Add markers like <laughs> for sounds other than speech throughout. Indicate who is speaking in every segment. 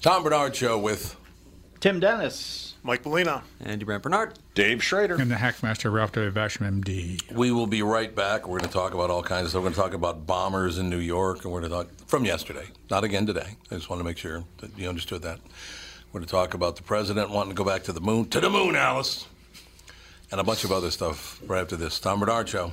Speaker 1: Tom Bernard Show with
Speaker 2: Tim Dennis.
Speaker 3: Mike Molina.
Speaker 4: Andy Brant Bernard.
Speaker 3: Dave Schrader.
Speaker 5: And the Hackmaster Ralph W. Basham, MD.
Speaker 1: We will be right back. We're going to talk about all kinds of stuff. We're going to talk about bombers in New York, and we're going to talk from yesterday, not again today. I just want to make sure that you understood that. We're going to talk about the president wanting to go back to the moon, to the moon, Alice, and a bunch of other stuff right after this. Tom Bernard Show.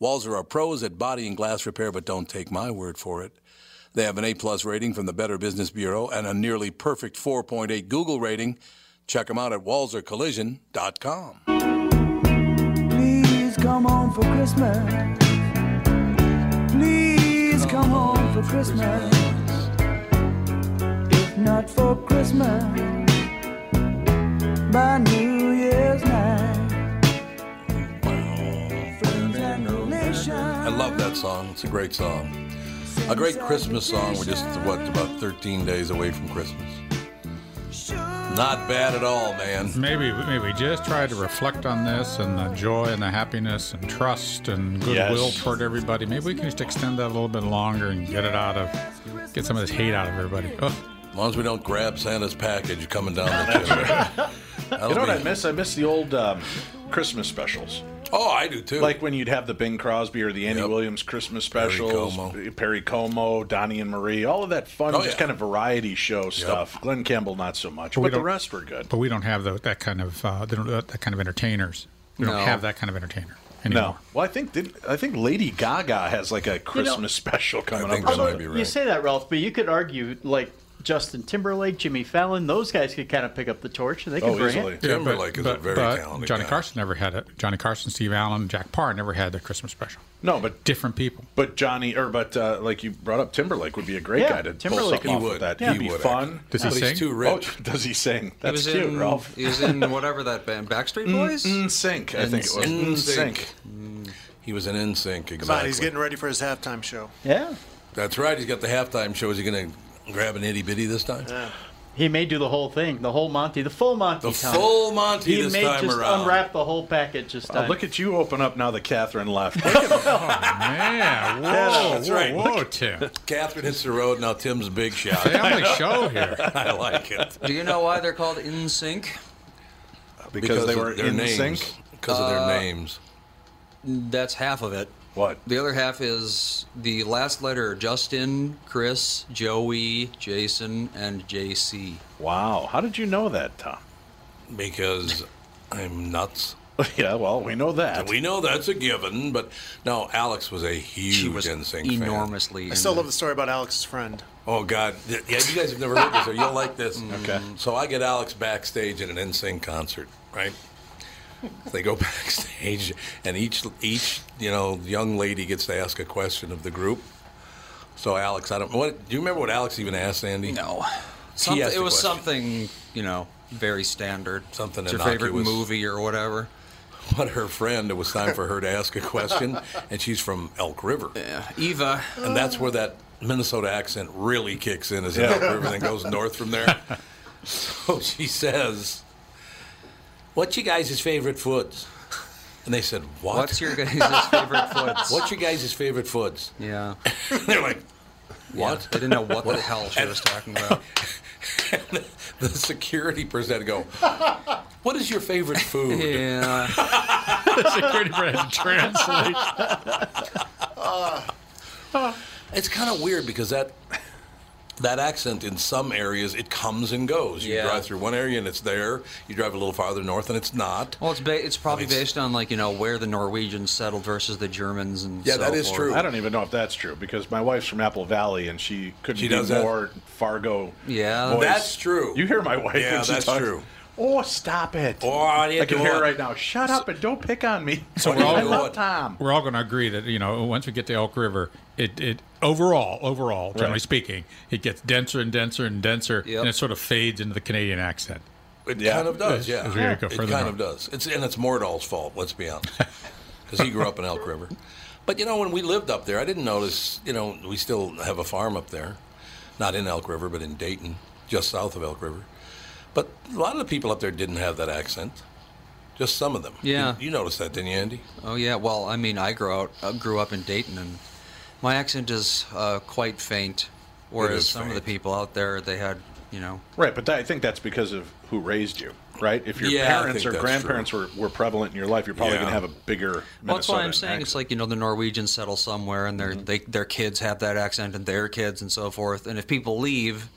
Speaker 1: Walzer are pros at body and glass repair, but don't take my word for it. They have an A plus rating from the Better Business Bureau and a nearly perfect 4.8 Google rating. Check them out at walzercollision.com.
Speaker 6: Please come home for Christmas. Please come home for Christmas. If not for Christmas, by New Year's night. Friends and
Speaker 1: I love that song. It's a great song. A great Christmas song. We're just, what, about 13 days away from Christmas. Not bad at all, man.
Speaker 5: Maybe, maybe just try to reflect on this and the joy and the happiness and trust and goodwill
Speaker 3: Yes.
Speaker 5: toward everybody. Maybe we can just extend that a little bit longer and get it out of, get some of this hate out of everybody. Oh. Ugh.
Speaker 1: As long as we don't grab Santa's package coming down
Speaker 7: <laughs>
Speaker 1: the chimney. That'll
Speaker 2: You know what
Speaker 1: be-
Speaker 2: I miss? I miss the old um, Christmas specials.
Speaker 1: Oh, I do too.
Speaker 2: Like when you'd have the Bing Crosby or the Andy
Speaker 1: Yep.
Speaker 2: Williams Christmas specials, uh,
Speaker 1: Como.
Speaker 2: Perry Como, Donnie and Marie, all of that fun,
Speaker 1: Oh,
Speaker 2: just
Speaker 1: yeah.
Speaker 2: kind of variety show stuff. Glenn Campbell, not so much,
Speaker 5: we
Speaker 2: but the
Speaker 5: don't-
Speaker 2: rest were good.
Speaker 5: But we don't have tho- that kind of, uh, they don't, that kind of entertainers. We don't
Speaker 4: No.
Speaker 5: have that kind of entertainer
Speaker 2: No,
Speaker 5: anymore.
Speaker 2: well, I think did I think Lady Gaga has like a Christmas special coming
Speaker 1: think
Speaker 2: up.
Speaker 1: that
Speaker 2: or
Speaker 1: might
Speaker 2: something.
Speaker 1: be
Speaker 2: It
Speaker 1: right.
Speaker 2: was
Speaker 1: You're
Speaker 7: You say that, Ralph, but you could argue like
Speaker 4: Justin Timberlake, Jimmy Fallon, those guys could kind of pick up the torch. and They could
Speaker 2: Oh,
Speaker 4: bring
Speaker 2: easily.
Speaker 4: it.
Speaker 5: Yeah, but-
Speaker 1: Timberlake is a
Speaker 5: but-
Speaker 1: very
Speaker 5: but
Speaker 1: talented
Speaker 5: Johnny
Speaker 1: guy.
Speaker 5: Carson never had it. Johnny Carson, Steve Allen, Jack Parr never had their Christmas special.
Speaker 2: No, but
Speaker 5: Different people.
Speaker 2: but Johnny or but uh, like you brought up Timberlake would be a great
Speaker 4: Yeah,
Speaker 2: guy to Timberlake
Speaker 4: Timberlake
Speaker 2: pull something off
Speaker 4: would-
Speaker 1: He
Speaker 2: with that.
Speaker 1: would.
Speaker 2: He'd
Speaker 1: He
Speaker 2: be
Speaker 1: would,
Speaker 2: fun.
Speaker 5: Does he
Speaker 1: but
Speaker 5: sing?
Speaker 1: he's too rich.
Speaker 2: Oh, <laughs> does he sing?
Speaker 7: He
Speaker 2: That's
Speaker 7: was
Speaker 2: cute,
Speaker 7: in
Speaker 2: Ralph.
Speaker 7: <laughs>
Speaker 2: mm,
Speaker 7: he was in whatever that
Speaker 5: Mm.
Speaker 7: band,
Speaker 1: Mm,
Speaker 7: Backstreet Boys.
Speaker 2: In sync, I think it was.
Speaker 1: In
Speaker 2: In
Speaker 1: sync.
Speaker 2: sync.
Speaker 1: He was an
Speaker 7: Mm.
Speaker 1: in sync. Exactly.
Speaker 8: Come on, he's getting ready for his halftime show.
Speaker 4: Yeah.
Speaker 1: That's right. He's got the halftime show. Is he going to grab an itty bitty this time?
Speaker 4: He may do the whole thing, the whole Monty, the full Monty.
Speaker 1: The
Speaker 4: Tom.
Speaker 1: full Monty
Speaker 4: He
Speaker 1: this
Speaker 4: may
Speaker 1: time
Speaker 4: just
Speaker 1: around.
Speaker 4: unwrap the whole package
Speaker 5: Uh,
Speaker 4: this
Speaker 2: Oh,
Speaker 4: time.
Speaker 2: look at you open up now that Catherine
Speaker 7: <laughs>
Speaker 2: left.
Speaker 1: <laughs>
Speaker 5: Yeah. Whoa,
Speaker 1: that's
Speaker 5: whoa,
Speaker 1: right.
Speaker 5: whoa, Tim.
Speaker 1: Catherine hits the road. Now Tim's a big shot.
Speaker 5: Family show here.
Speaker 2: <laughs>
Speaker 1: <laughs> I like it.
Speaker 7: Do you know why they're called In Sync?
Speaker 2: because they
Speaker 1: of
Speaker 2: were
Speaker 1: their
Speaker 2: in
Speaker 1: names.
Speaker 2: sync.
Speaker 1: Because of
Speaker 7: Uh,
Speaker 1: their names.
Speaker 7: That's half of it.
Speaker 2: What?
Speaker 7: The other half is the last letter: Justin, Chris, Joey, Jason, and JC.
Speaker 2: Wow. How did you know that, Tom?
Speaker 1: Because I'm nuts.
Speaker 2: <laughs> yeah, well, we know that.
Speaker 1: And we know that's a given, but no, Alex was a huge
Speaker 7: She was
Speaker 1: NSYNC fan.
Speaker 7: enormously.
Speaker 8: I still love the story about Alex's friend.
Speaker 1: Oh God, Th- yeah, you guys have never heard this, or you'll like this.
Speaker 2: Okay.
Speaker 1: So I get Alex backstage at an NSYNC concert, right? they go <laughs> backstage, and each each you know young lady gets to ask a question of the group. So Alex, I don't what do you remember what Alex even asked Andy?
Speaker 7: No. Something,
Speaker 1: asked
Speaker 7: it
Speaker 1: the
Speaker 7: was
Speaker 1: question.
Speaker 7: something, you know, very standard.
Speaker 1: Something
Speaker 7: it's your favorite
Speaker 1: innocuous.
Speaker 7: movie or whatever.
Speaker 1: <laughs> But her friend, it was time for her to ask a question, and she's from Elk River.
Speaker 7: Eva.
Speaker 1: And that's where that Minnesota accent really kicks in, is it? Everything goes north from there. So she says, "What's your guys' favorite foods?" And they said, "What?
Speaker 7: What's your guys' favorite foods?
Speaker 1: What's your guys' favorite foods?"
Speaker 7: Yeah.
Speaker 1: <laughs> They're like,
Speaker 7: Yeah,
Speaker 1: "What?"
Speaker 7: I didn't know what the hell she was talking about.
Speaker 1: <laughs> The security person go, "What is your favorite food?"
Speaker 5: <laughs>
Speaker 7: Yeah.
Speaker 5: Security for
Speaker 1: <laughs>
Speaker 5: had to translate.
Speaker 1: It's kind of weird because that that accent in some areas it comes and goes. You
Speaker 7: Yeah.
Speaker 1: drive through one area and it's there. You drive a little farther north and it's not.
Speaker 7: Well, it's ba- it's probably
Speaker 1: Nice.
Speaker 7: based on like you know where the Norwegians settled versus the Germans and
Speaker 1: Yeah,
Speaker 7: so
Speaker 1: that is
Speaker 7: forth.
Speaker 1: true.
Speaker 2: I don't even know if that's true because my wife's from Apple Valley and she couldn't
Speaker 1: She
Speaker 2: be
Speaker 1: does that?
Speaker 2: more Fargo.
Speaker 7: Yeah.
Speaker 2: voice.
Speaker 1: That's true.
Speaker 2: You hear my wife?
Speaker 1: Yeah,
Speaker 2: when she
Speaker 1: that's
Speaker 2: talks,
Speaker 1: true.
Speaker 2: Oh, stop it!
Speaker 1: Oh, I
Speaker 2: I
Speaker 1: didn't
Speaker 2: can
Speaker 1: do
Speaker 2: hear
Speaker 1: it.
Speaker 2: it right now. Shut up and don't pick on me.
Speaker 5: So
Speaker 2: <laughs> I
Speaker 5: we're all-
Speaker 2: love Tom.
Speaker 5: We're all going to agree that you know once we get to Elk River, it it overall overall generally
Speaker 2: Right.
Speaker 5: speaking, it gets denser and denser and denser,
Speaker 7: Yep.
Speaker 5: and it sort of fades into the Canadian accent.
Speaker 1: It
Speaker 2: Yeah.
Speaker 1: kind of does, yeah.
Speaker 5: As we go
Speaker 1: it
Speaker 5: further
Speaker 1: kind
Speaker 5: north.
Speaker 1: of does. It's and it's Mordall's fault. Let's
Speaker 5: <laughs>
Speaker 1: be honest, because he grew up in Elk River. But you know, when we lived up there, I didn't notice. You know, we still have a farm up there, not in Elk River, but in Dayton, just south of Elk River. But a lot of the people up there didn't have that accent. Just some of them.
Speaker 7: Yeah.
Speaker 1: You, you noticed that, didn't you, Andy?
Speaker 7: Oh yeah. Well, I mean, I grew out uh, grew up in Dayton, and my accent is uh, quite faint. Whereas
Speaker 1: is
Speaker 7: some of
Speaker 1: faint.
Speaker 7: the people out there, they had you know
Speaker 2: Right, but that, I think that's because of who raised you, right? If your
Speaker 1: Yeah, I
Speaker 2: parents
Speaker 1: think
Speaker 2: or
Speaker 1: that's
Speaker 2: grandparents were, were prevalent in your life, you're probably
Speaker 1: Yeah.
Speaker 2: going to have a bigger.
Speaker 7: Well, that's why I'm
Speaker 2: Minnesotan
Speaker 7: saying it's
Speaker 2: accent.
Speaker 7: like you know the Norwegians settle somewhere and their they, their kids have that accent and their kids and so forth. And if people leave,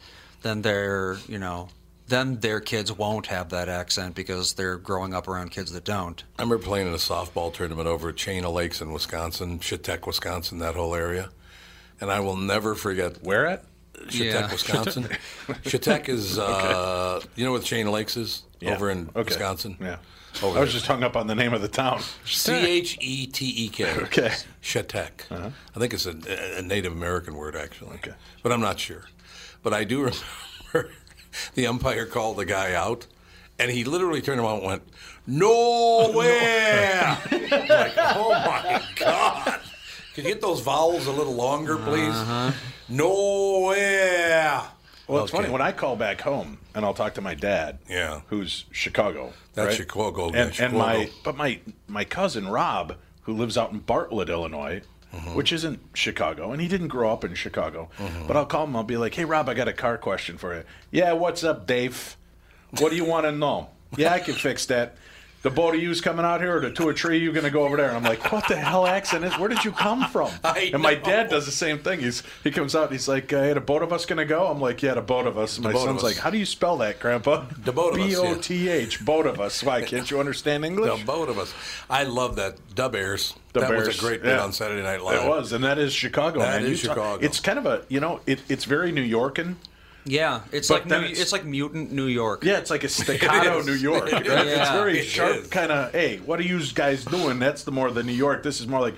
Speaker 7: then their you know then their kids won't have that accent because they're growing up around kids that don't.
Speaker 1: I remember playing in a softball tournament over at Chain of Lakes in Wisconsin, Chittek, Wisconsin, that whole area. And I will never forget
Speaker 2: where at?
Speaker 1: Chittek,
Speaker 2: <laughs>
Speaker 7: Yeah.
Speaker 1: Wisconsin. Chittek is, uh, you know what Chain of Lakes is
Speaker 2: Yeah.
Speaker 1: over in
Speaker 2: Okay.
Speaker 1: Wisconsin?
Speaker 2: Yeah,
Speaker 1: Over
Speaker 2: I was
Speaker 1: there.
Speaker 2: just hung up on the name of the town.
Speaker 1: C H E T E K.
Speaker 2: <laughs> Okay. Uh-huh.
Speaker 1: Chetek. I think it's a, a Native American word, actually.
Speaker 2: Okay.
Speaker 1: But I'm not sure. But I do <laughs> remember the umpire called the guy out, and he literally turned around and went, <laughs> Nowhere! like, oh my God. Could you get those vowels a little longer, please? Nowhere!
Speaker 2: Well, it's
Speaker 1: Okay.
Speaker 2: funny when I call back home and I'll talk to my dad.
Speaker 1: Yeah.
Speaker 2: who's Chicago.
Speaker 1: That's
Speaker 2: right?
Speaker 1: Chicago,
Speaker 2: And,
Speaker 1: yeah,
Speaker 2: and my
Speaker 1: Chicago.
Speaker 2: but my my cousin Rob, who lives out in Bartlett, Illinois,
Speaker 1: Mm-hmm.
Speaker 2: which isn't Chicago, and he didn't grow up in Chicago. But I'll call him. I'll be like, "Hey, Rob, I got a car question for you. Yeah, what's up, Dave? What do you want to know? Yeah, I can fix that." The boat of you's coming out here, or the two of tree you gonna go over there, and I'm like, what the hell accent is? Where did you come from?
Speaker 1: <laughs> I
Speaker 2: and my
Speaker 1: know.
Speaker 2: dad does the same thing. He's he comes out and he's like, "Hey, the boat of us gonna go?" I'm like, "Yeah, the boat of us." And my
Speaker 1: boat of
Speaker 2: son's
Speaker 1: us.
Speaker 2: like, "How do you spell that, Grandpa?"
Speaker 1: The boat of us,
Speaker 2: B
Speaker 1: yeah.
Speaker 2: O T H, boat of us. Why can't you understand English?
Speaker 1: The both of us. I love that. Dub Airs. that was a
Speaker 2: Bears,
Speaker 1: great bit
Speaker 2: yeah.
Speaker 1: on Saturday Night Live.
Speaker 2: It was, and that is Chicago.
Speaker 1: That
Speaker 2: man.
Speaker 1: is
Speaker 2: You talk-
Speaker 1: Chicago.
Speaker 2: it's kind of a you know, it, it's very New Yorkan.
Speaker 7: Yeah, it's
Speaker 2: But
Speaker 7: like
Speaker 2: then
Speaker 7: New,
Speaker 2: it's-
Speaker 7: it's, like mutant New York.
Speaker 2: Yeah, it's
Speaker 7: <laughs>
Speaker 2: like a staccato
Speaker 7: is.
Speaker 2: New York.
Speaker 7: It
Speaker 2: Right?
Speaker 7: is.
Speaker 2: It's very
Speaker 7: It
Speaker 2: sharp,
Speaker 7: is.
Speaker 2: kind of. Hey, what are you guys doing? That's the more the New York. This is more like,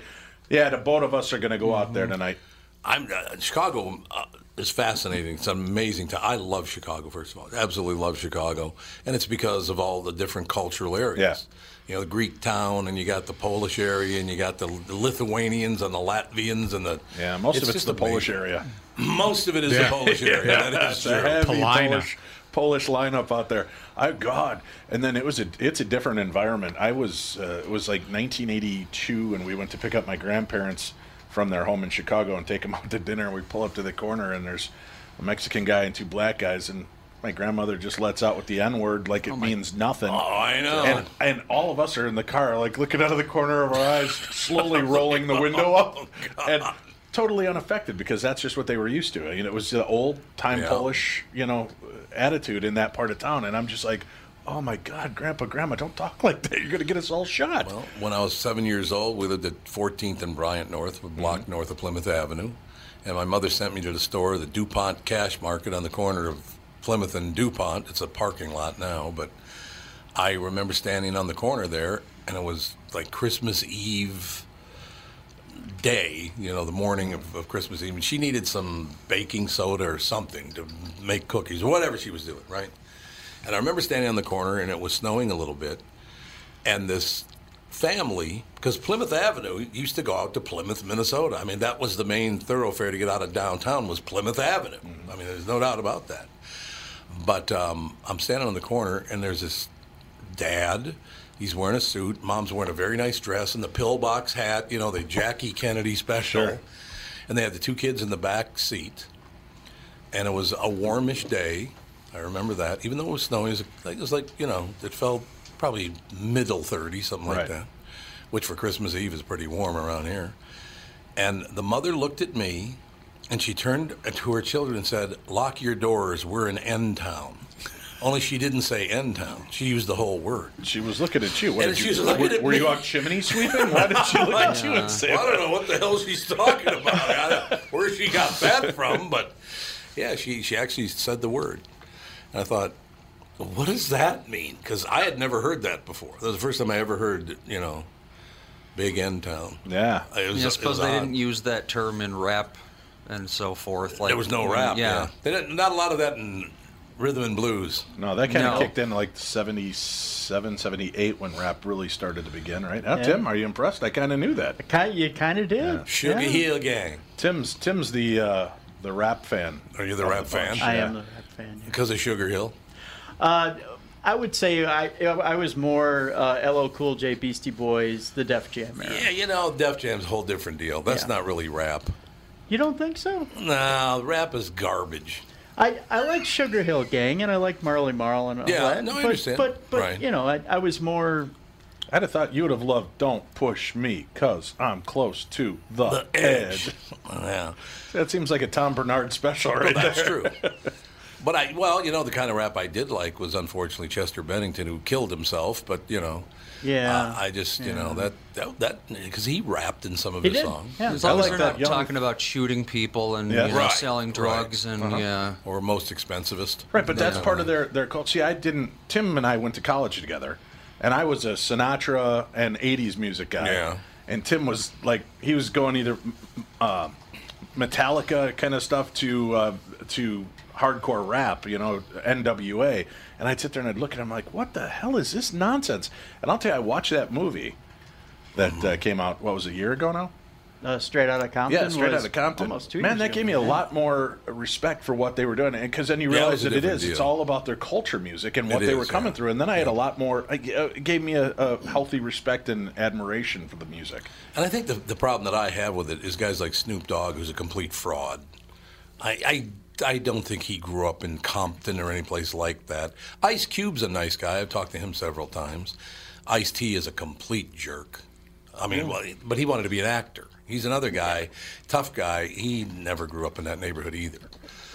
Speaker 2: yeah, the both of us are going to go out
Speaker 7: Mm-hmm.
Speaker 2: there tonight.
Speaker 1: I'm uh, Chicago uh, is fascinating. It's an amazing town. I love Chicago. First of all, absolutely love Chicago, and it's because of all the different cultural areas. You know, the Greek town, and you got the Polish area, and you got the, the Lithuanians and the Latvians and the
Speaker 2: Yeah, most of it's
Speaker 1: just
Speaker 2: the Polish
Speaker 1: amazing.
Speaker 2: area.
Speaker 1: Most of it is the
Speaker 2: <laughs> Yeah.
Speaker 1: Polish area.
Speaker 2: Yeah,
Speaker 1: That is
Speaker 2: it's a
Speaker 1: true.
Speaker 2: heavy
Speaker 5: Polina.
Speaker 2: Polish, Polish lineup out there. I God, and then it was a it's a different environment. I was uh, it was like 1982, and we went to pick up my grandparents from their home in Chicago and take them <laughs> out to dinner. And we pull up to the corner, and there's a Mexican guy and two black guys, and my grandmother just lets out with the N word like it means nothing.
Speaker 1: Oh, I know.
Speaker 2: And, and all of us are in the car, like looking out of the corner of our eyes,
Speaker 1: <laughs> Oh,
Speaker 2: slowly rolling the window up, and totally unaffected because that's just what they were used to. I mean, it was the old time
Speaker 1: Yeah.
Speaker 2: Polish, you know, attitude in that part of town. And I'm just like, oh my God, Grandpa, Grandma, don't talk <laughs> like that. You're gonna get us all shot.
Speaker 1: Well, when I was seven years old, we lived at 14th and Bryant North, a block north of Plymouth Avenue. And my mother sent me to the store, the DuPont Cash Market on the corner of Plymouth and DuPont. It's a parking lot now, but I remember standing on the corner there, and it was like Christmas Eve day, you know, the morning of, of Christmas Eve, and she needed some baking soda or something to make cookies or whatever she was doing, right? And I remember standing on the corner, and it was snowing a little bit, and this family, because Plymouth Avenue used to go out to Plymouth, Minnesota. I mean, that was the main thoroughfare to get out of downtown was Plymouth Avenue. I mean, there's no doubt about that. But um, I'm standing on the corner, and there's this dad. He's wearing a suit. Mom's wearing a very nice dress and the pillbox hat. You know, the Jackie Kennedy special.
Speaker 2: Sure.
Speaker 1: And they had the two kids in the back seat. And it was a warmish day. I remember that. Even though it was snowing, it was, like- it was like, you know, it felt probably middle 30, something like
Speaker 2: Right.
Speaker 1: that, which for Christmas Eve is pretty warm around here. And the mother looked at me and she turned to her children and said, Lock your doors, we're in End Town. Only she didn't say End Town, she used the whole word.
Speaker 2: She was looking at you. What
Speaker 1: And
Speaker 2: did
Speaker 1: she
Speaker 2: you
Speaker 1: was looking
Speaker 2: were,
Speaker 1: at
Speaker 2: were
Speaker 1: me. <laughs>
Speaker 2: you out chimney sweeping? Why did she look at you and say
Speaker 1: Well, <laughs> I don't know what the hell she's talking about. I don't know where she got that from, but yeah, she, she actually said the word. And I thought, what does that mean? Because I had never heard that before. That was the first time I ever heard, you know, Big End Town.
Speaker 2: Yeah.
Speaker 1: It was,
Speaker 7: Yeah, I suppose
Speaker 1: it was
Speaker 7: they
Speaker 1: odd.
Speaker 7: didn't use that term in rap and so forth. Like
Speaker 1: There was no rap. Yeah, They didn't, not a lot of that in rhythm and blues.
Speaker 2: No, that kind of
Speaker 7: No.
Speaker 2: kicked in like 77, 78 when rap really started to begin, right? Now, Tim, are you impressed? I kind of knew that.
Speaker 4: Ki- you kind of did.
Speaker 1: Sugar
Speaker 4: Yeah.
Speaker 1: Hill Gang.
Speaker 2: Tim's Tim's the uh, the rap fan.
Speaker 1: Are you the
Speaker 2: of
Speaker 1: rap
Speaker 2: bunch,
Speaker 1: fan?
Speaker 4: I
Speaker 2: yeah.
Speaker 4: am a rap fan. yeah.
Speaker 1: Because of Sugar Hill.
Speaker 4: Uh, I would say I I was more uh, LL Cool J, Beastie Boys, the Def Jam era.
Speaker 1: Yeah, you know, Def Jam's a whole different deal. That's
Speaker 4: Yeah.
Speaker 1: not really rap.
Speaker 4: You don't think so?
Speaker 1: No, rap is garbage.
Speaker 4: I, I like Sugar Hill Gang and I like Marley Marl and all
Speaker 1: Yeah,
Speaker 4: that.
Speaker 1: no, I
Speaker 4: but,
Speaker 1: understand.
Speaker 4: But but
Speaker 1: Right.
Speaker 4: you know I, I was more
Speaker 2: I'd have thought you would have loved "Don't Push Me" cause I'm close to the,
Speaker 1: The
Speaker 2: edge.
Speaker 1: Edge. <laughs> yeah.
Speaker 2: That seems like a Tom Bernard special, right
Speaker 1: Well, that's
Speaker 2: there. <laughs>
Speaker 1: true. But I, well, you know, the kind of rap I did like was unfortunately Chester Bennington, who killed himself. But you know,
Speaker 4: yeah.
Speaker 1: uh, I just, you know, that that that because he rapped in some of
Speaker 4: He
Speaker 1: his
Speaker 4: did,
Speaker 1: songs,
Speaker 4: yeah.
Speaker 7: As
Speaker 2: I
Speaker 7: long as
Speaker 2: like
Speaker 7: they're
Speaker 2: that
Speaker 7: not
Speaker 2: young-
Speaker 7: talking about shooting people and
Speaker 2: Yeah. Uh-huh.
Speaker 7: you know,
Speaker 1: Right,
Speaker 7: selling
Speaker 1: right.
Speaker 7: drugs and yeah.
Speaker 1: or most expensivest.
Speaker 2: Right, but that's part of their their culture. See, I didn't. Tim and I went to college together, and I was a Sinatra and '80s music guy.
Speaker 1: Yeah.
Speaker 2: And Tim was like, he was going either uh, Metallica kind of stuff to uh, to hardcore rap, you know, NWA. And I'd sit there and I'd look at him like, what the hell is this nonsense? And I'll tell you, I watched that movie that uh, came out. What was it, a year ago now?
Speaker 4: uh, straight out of Compton.
Speaker 2: Yeah, straight
Speaker 4: was
Speaker 2: out of Compton.
Speaker 4: Almost two
Speaker 2: Man,
Speaker 4: years
Speaker 2: that
Speaker 4: ago.
Speaker 2: gave me a lot more respect for what they were doing, because then you
Speaker 1: Yeah, it
Speaker 2: realize
Speaker 1: was a
Speaker 2: that it
Speaker 1: different
Speaker 2: is. It's
Speaker 1: deal.
Speaker 2: all about their culture, music, and what
Speaker 1: It
Speaker 2: they
Speaker 1: is,
Speaker 2: were coming
Speaker 1: yeah.
Speaker 2: through. And then I had a lot more. I- uh, It gave me a, a healthy respect and admiration for the music.
Speaker 1: And I think the, the problem that I have with it is guys like Snoop Dogg, who's a complete fraud. I, I, I don't think he grew up in Compton or any place like that. Ice Cube's a nice guy. I've talked to him several times. Ice T is a complete jerk. I mean, well, but he wanted to be an actor. He's another guy, tough guy. He never grew up in that neighborhood either.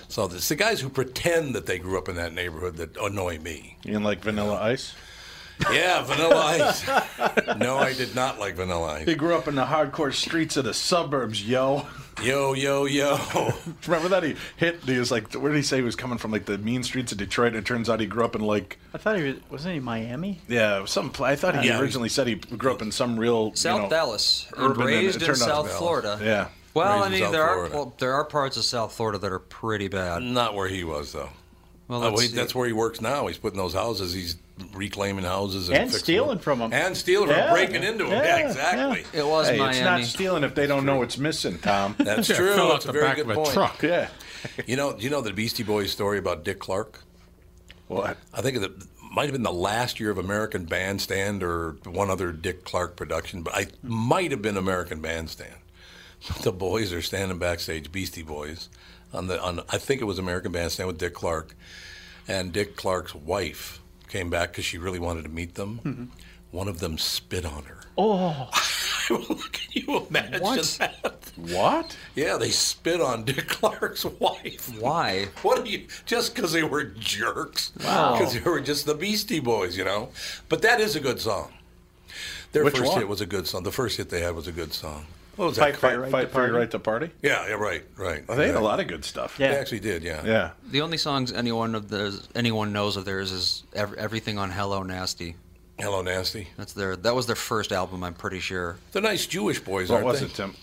Speaker 1: So it's the guys who pretend that they grew up in that neighborhood that annoy me.
Speaker 2: You know, like Vanilla Ice.
Speaker 1: Yeah, Vanilla Ice. <laughs> no, I did not like Vanilla Ice.
Speaker 2: He grew up in the hardcore streets of the suburbs, yo.
Speaker 1: Yo, yo, yo.
Speaker 2: <laughs> Remember that he hit? He was like, where did he say he was coming from? Like the mean streets of Detroit. And it turns out he grew up in like,
Speaker 4: I thought he was wasn't he Miami?
Speaker 2: yeah, some. pla- I thought he
Speaker 1: Yeah.
Speaker 2: originally said he grew up in some real
Speaker 7: South
Speaker 2: you know,
Speaker 7: Dallas, and
Speaker 2: urban, it
Speaker 7: raised in
Speaker 2: turned out-
Speaker 7: South Florida.
Speaker 2: Yeah.
Speaker 7: Well,
Speaker 1: Raised
Speaker 7: I
Speaker 1: in
Speaker 7: mean,
Speaker 1: South
Speaker 7: there are
Speaker 1: Florida.
Speaker 7: well, there are parts of South Florida that are pretty bad.
Speaker 1: Not where he was though.
Speaker 7: Well,
Speaker 1: Oh,
Speaker 7: let's
Speaker 1: he,
Speaker 7: see.
Speaker 1: that's where he works now. He's putting those houses. He's reclaiming houses and,
Speaker 4: And
Speaker 1: fixing
Speaker 4: stealing from 'em.
Speaker 1: and stealing from 'em,
Speaker 4: Yeah.
Speaker 1: breaking into them. Yeah,
Speaker 4: Yeah,
Speaker 1: exactly.
Speaker 7: it was
Speaker 2: Hey,
Speaker 7: Miami.
Speaker 2: it's not stealing if they don't know what's missing, Tom.
Speaker 1: <laughs> That's
Speaker 5: Yeah,
Speaker 1: true.
Speaker 5: Fill out
Speaker 1: That's a
Speaker 5: the
Speaker 1: very
Speaker 5: back
Speaker 1: good
Speaker 5: of a
Speaker 1: point.
Speaker 5: truck.
Speaker 2: yeah.
Speaker 1: You know, you know the Beastie Boys story about Dick Clark.
Speaker 2: What?
Speaker 1: I think it might have been the last year of American Bandstand or one other Dick Clark production, but I might have been American Bandstand. <laughs> The boys are standing backstage, Beastie Boys, on the on. I think it was American Bandstand with Dick Clark, and Dick Clark's wife came back because she really wanted to meet them.
Speaker 2: Mm-hmm.
Speaker 1: One of them spit on her. Oh, can you imagine that?
Speaker 2: What?
Speaker 1: Yeah, they spit on Dick Clark's wife.
Speaker 7: Why?
Speaker 1: What are you? Just because they were jerks? Wow. Because they were just the Beastie Boys, you know. But that is a good song. Their
Speaker 2: Which
Speaker 1: first
Speaker 2: one?
Speaker 1: hit was a good song. The first hit they had was a good song.
Speaker 2: What was
Speaker 4: that?
Speaker 2: Fight,
Speaker 4: Fight
Speaker 2: fight,
Speaker 4: Right
Speaker 2: fight
Speaker 4: to
Speaker 2: for your
Speaker 4: Party?
Speaker 2: right to party?
Speaker 1: Yeah, yeah, right, right.
Speaker 2: Well, they had a
Speaker 1: exactly.
Speaker 2: lot of good stuff.
Speaker 4: Yeah.
Speaker 1: They actually did, yeah.
Speaker 2: Yeah.
Speaker 7: The only songs anyone of theirs, anyone knows of theirs is ev- everything on Hello Nasty.
Speaker 1: Hello, nasty.
Speaker 7: That's their that was their first album, I'm pretty sure.
Speaker 1: They're nice Jewish boys,
Speaker 2: What
Speaker 1: aren't
Speaker 2: was
Speaker 1: they?
Speaker 2: it, Tim?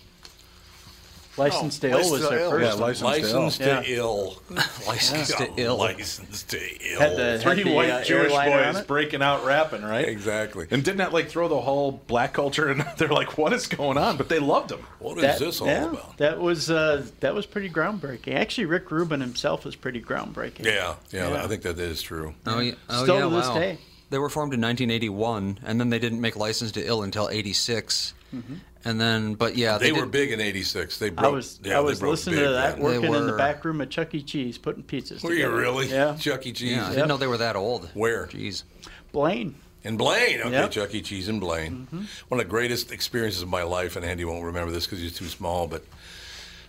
Speaker 4: Licensed Oh,
Speaker 1: Oh,
Speaker 4: to Ill was
Speaker 8: Licensed to
Speaker 4: their first.
Speaker 8: Ill.
Speaker 2: Yeah,
Speaker 4: one.
Speaker 2: license,
Speaker 1: License
Speaker 2: to
Speaker 1: to
Speaker 4: Yeah.
Speaker 1: ill. <laughs> License
Speaker 7: to ill.
Speaker 1: License to ill.
Speaker 4: Had the-
Speaker 2: Ill. Three
Speaker 4: Had the,
Speaker 2: white
Speaker 4: uh,
Speaker 2: Jewish
Speaker 4: airliner on
Speaker 2: boys
Speaker 4: it?
Speaker 2: breaking out rapping, right?
Speaker 1: Exactly.
Speaker 2: And didn't that like throw the whole black culture? And <laughs> they're like, "What is going on?" But they loved him.
Speaker 1: What is
Speaker 4: That,
Speaker 1: this all
Speaker 4: yeah,
Speaker 1: about?
Speaker 4: that was uh, that was pretty groundbreaking. Actually, Rick Rubin himself was pretty groundbreaking.
Speaker 1: Yeah, yeah,
Speaker 4: Yeah.
Speaker 1: I think that is true.
Speaker 7: Oh, yeah, oh,
Speaker 4: Still
Speaker 7: yeah,
Speaker 4: to this
Speaker 7: wow.
Speaker 4: day.
Speaker 7: They were formed in 1981, and then they didn't make License to Ill until '86,
Speaker 4: Mm-hmm.
Speaker 7: and then but yeah,
Speaker 1: They,
Speaker 7: they,
Speaker 1: were
Speaker 7: did-
Speaker 1: big in '86. They broke,
Speaker 4: I was
Speaker 1: yeah,
Speaker 4: I
Speaker 1: they
Speaker 4: was
Speaker 1: broke
Speaker 4: listening
Speaker 1: big
Speaker 4: to that
Speaker 1: then.
Speaker 7: work-
Speaker 4: working in the
Speaker 7: were-
Speaker 4: back room of Chuck E. Cheese putting pizzas.
Speaker 1: Were you
Speaker 4: together.
Speaker 1: really?
Speaker 4: Yeah.
Speaker 1: Chuck E. Cheese.
Speaker 7: Yeah, I didn't know they were that old.
Speaker 1: Where?
Speaker 7: Jeez.
Speaker 4: Blaine.
Speaker 1: In Blaine. Okay,
Speaker 4: Yep.
Speaker 1: Chuck E. Cheese in Blaine. One of the greatest experiences of my life, and Andy won't remember this because he's too small, but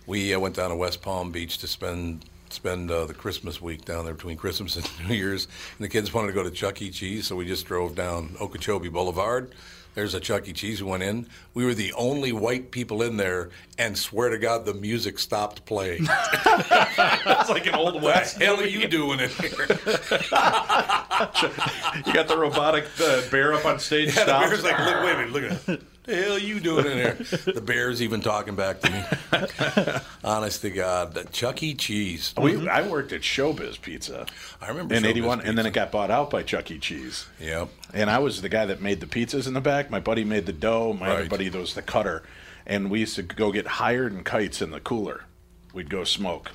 Speaker 1: we uh, went down to West Palm Beach to spend spend uh, the Christmas week down there between Christmas <laughs> and New Year's. And the kids wanted to go to Chuck E. Cheese, so we just drove down Okeechobee Boulevard. There's a Chuck E. Cheese. We went in. We were the only white people in there, and swear to God, the music stopped playing. <laughs>
Speaker 2: It's like an old
Speaker 1: what
Speaker 2: west.
Speaker 1: the hell are you doing in here?
Speaker 2: <laughs> You got the robotic uh, bear up on stage.
Speaker 1: <laughs> Yeah,
Speaker 2: stops.
Speaker 1: the bear's like, look, wait a minute, look at that. The hell you
Speaker 2: <laughs>
Speaker 1: doing in there? The bear's even talking back to me. <laughs> Honest to God, that Chuck E. Cheese.
Speaker 2: We, I worked at Showbiz Pizza
Speaker 1: I remember
Speaker 2: in
Speaker 1: Showbiz
Speaker 2: '81, and then it
Speaker 1: Pizza.
Speaker 2: got bought out by Chuck E. Cheese.
Speaker 1: Yep.
Speaker 2: And I was the guy that made the pizzas in the back. My buddy made the dough. My other
Speaker 1: Right.
Speaker 2: buddy was the cutter. And we used to go get hired in kites in the cooler. We'd go smoke,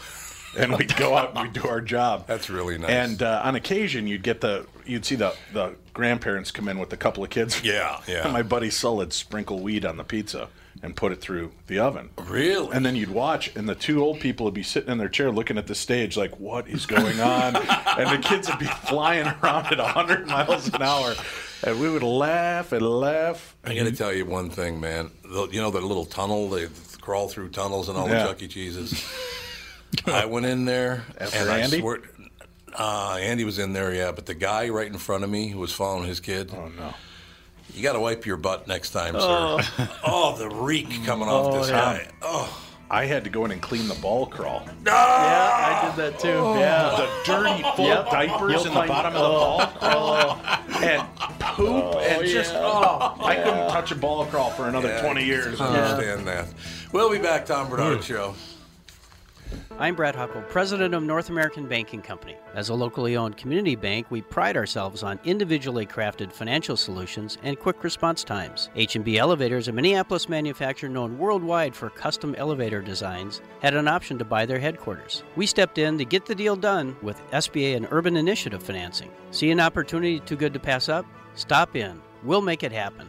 Speaker 2: and we'd go out and we'd do our job.
Speaker 1: That's really <laughs> nice.
Speaker 2: And uh, on occasion, you'd get the you'd see the the grandparents come in with a couple of kids.
Speaker 1: <laughs> Yeah, yeah.
Speaker 2: And my buddy Sullid sprinkle weed on the pizza and put it through the oven.
Speaker 1: Really?
Speaker 2: And then you'd watch, and the two old people would be sitting in their chair looking at the stage, like, "What is going
Speaker 1: <laughs>
Speaker 2: on?" and the kids would be flying around <laughs> at 100 miles an hour, and we would laugh and laugh.
Speaker 1: I got to tell you one thing, man. The, you know the little tunnel they crawl through tunnels and all
Speaker 2: Yeah.
Speaker 1: the Chuck E. Cheeses. I went in there
Speaker 2: After
Speaker 1: and I
Speaker 2: Andy?
Speaker 1: swear, uh, Andy was in there, yeah. But the guy right in front of me who was following his kid,
Speaker 2: Oh no!
Speaker 1: you got to wipe your butt next time, sir. oh, the reek coming off this guy. Oh,
Speaker 2: I had to go in and clean the ball crawl.
Speaker 4: Yeah, I did that too.
Speaker 1: Oh.
Speaker 4: yeah.
Speaker 2: The
Speaker 1: <laughs>
Speaker 2: dirty full
Speaker 4: Yep. Oh.
Speaker 2: diapers
Speaker 4: You'll
Speaker 2: in the
Speaker 4: find-
Speaker 2: bottom of the ball,
Speaker 4: Oh.
Speaker 2: and poop, and just oh, I couldn't touch a ball crawl for another
Speaker 1: yeah,
Speaker 2: 20
Speaker 1: I
Speaker 2: years.
Speaker 1: Understand that. We'll be back, Tom Bernard Show.
Speaker 9: I'm Brad Huckle, president of North American Banking Company. As a locally owned community bank, we pride ourselves on individually crafted financial solutions and quick response times. H&B Elevators, a Minneapolis manufacturer known worldwide for custom elevator designs, had an option to buy their headquarters. We stepped in to get the deal done with SBA and Urban Initiative financing. See an opportunity too good to pass up? Stop in. We'll make it happen.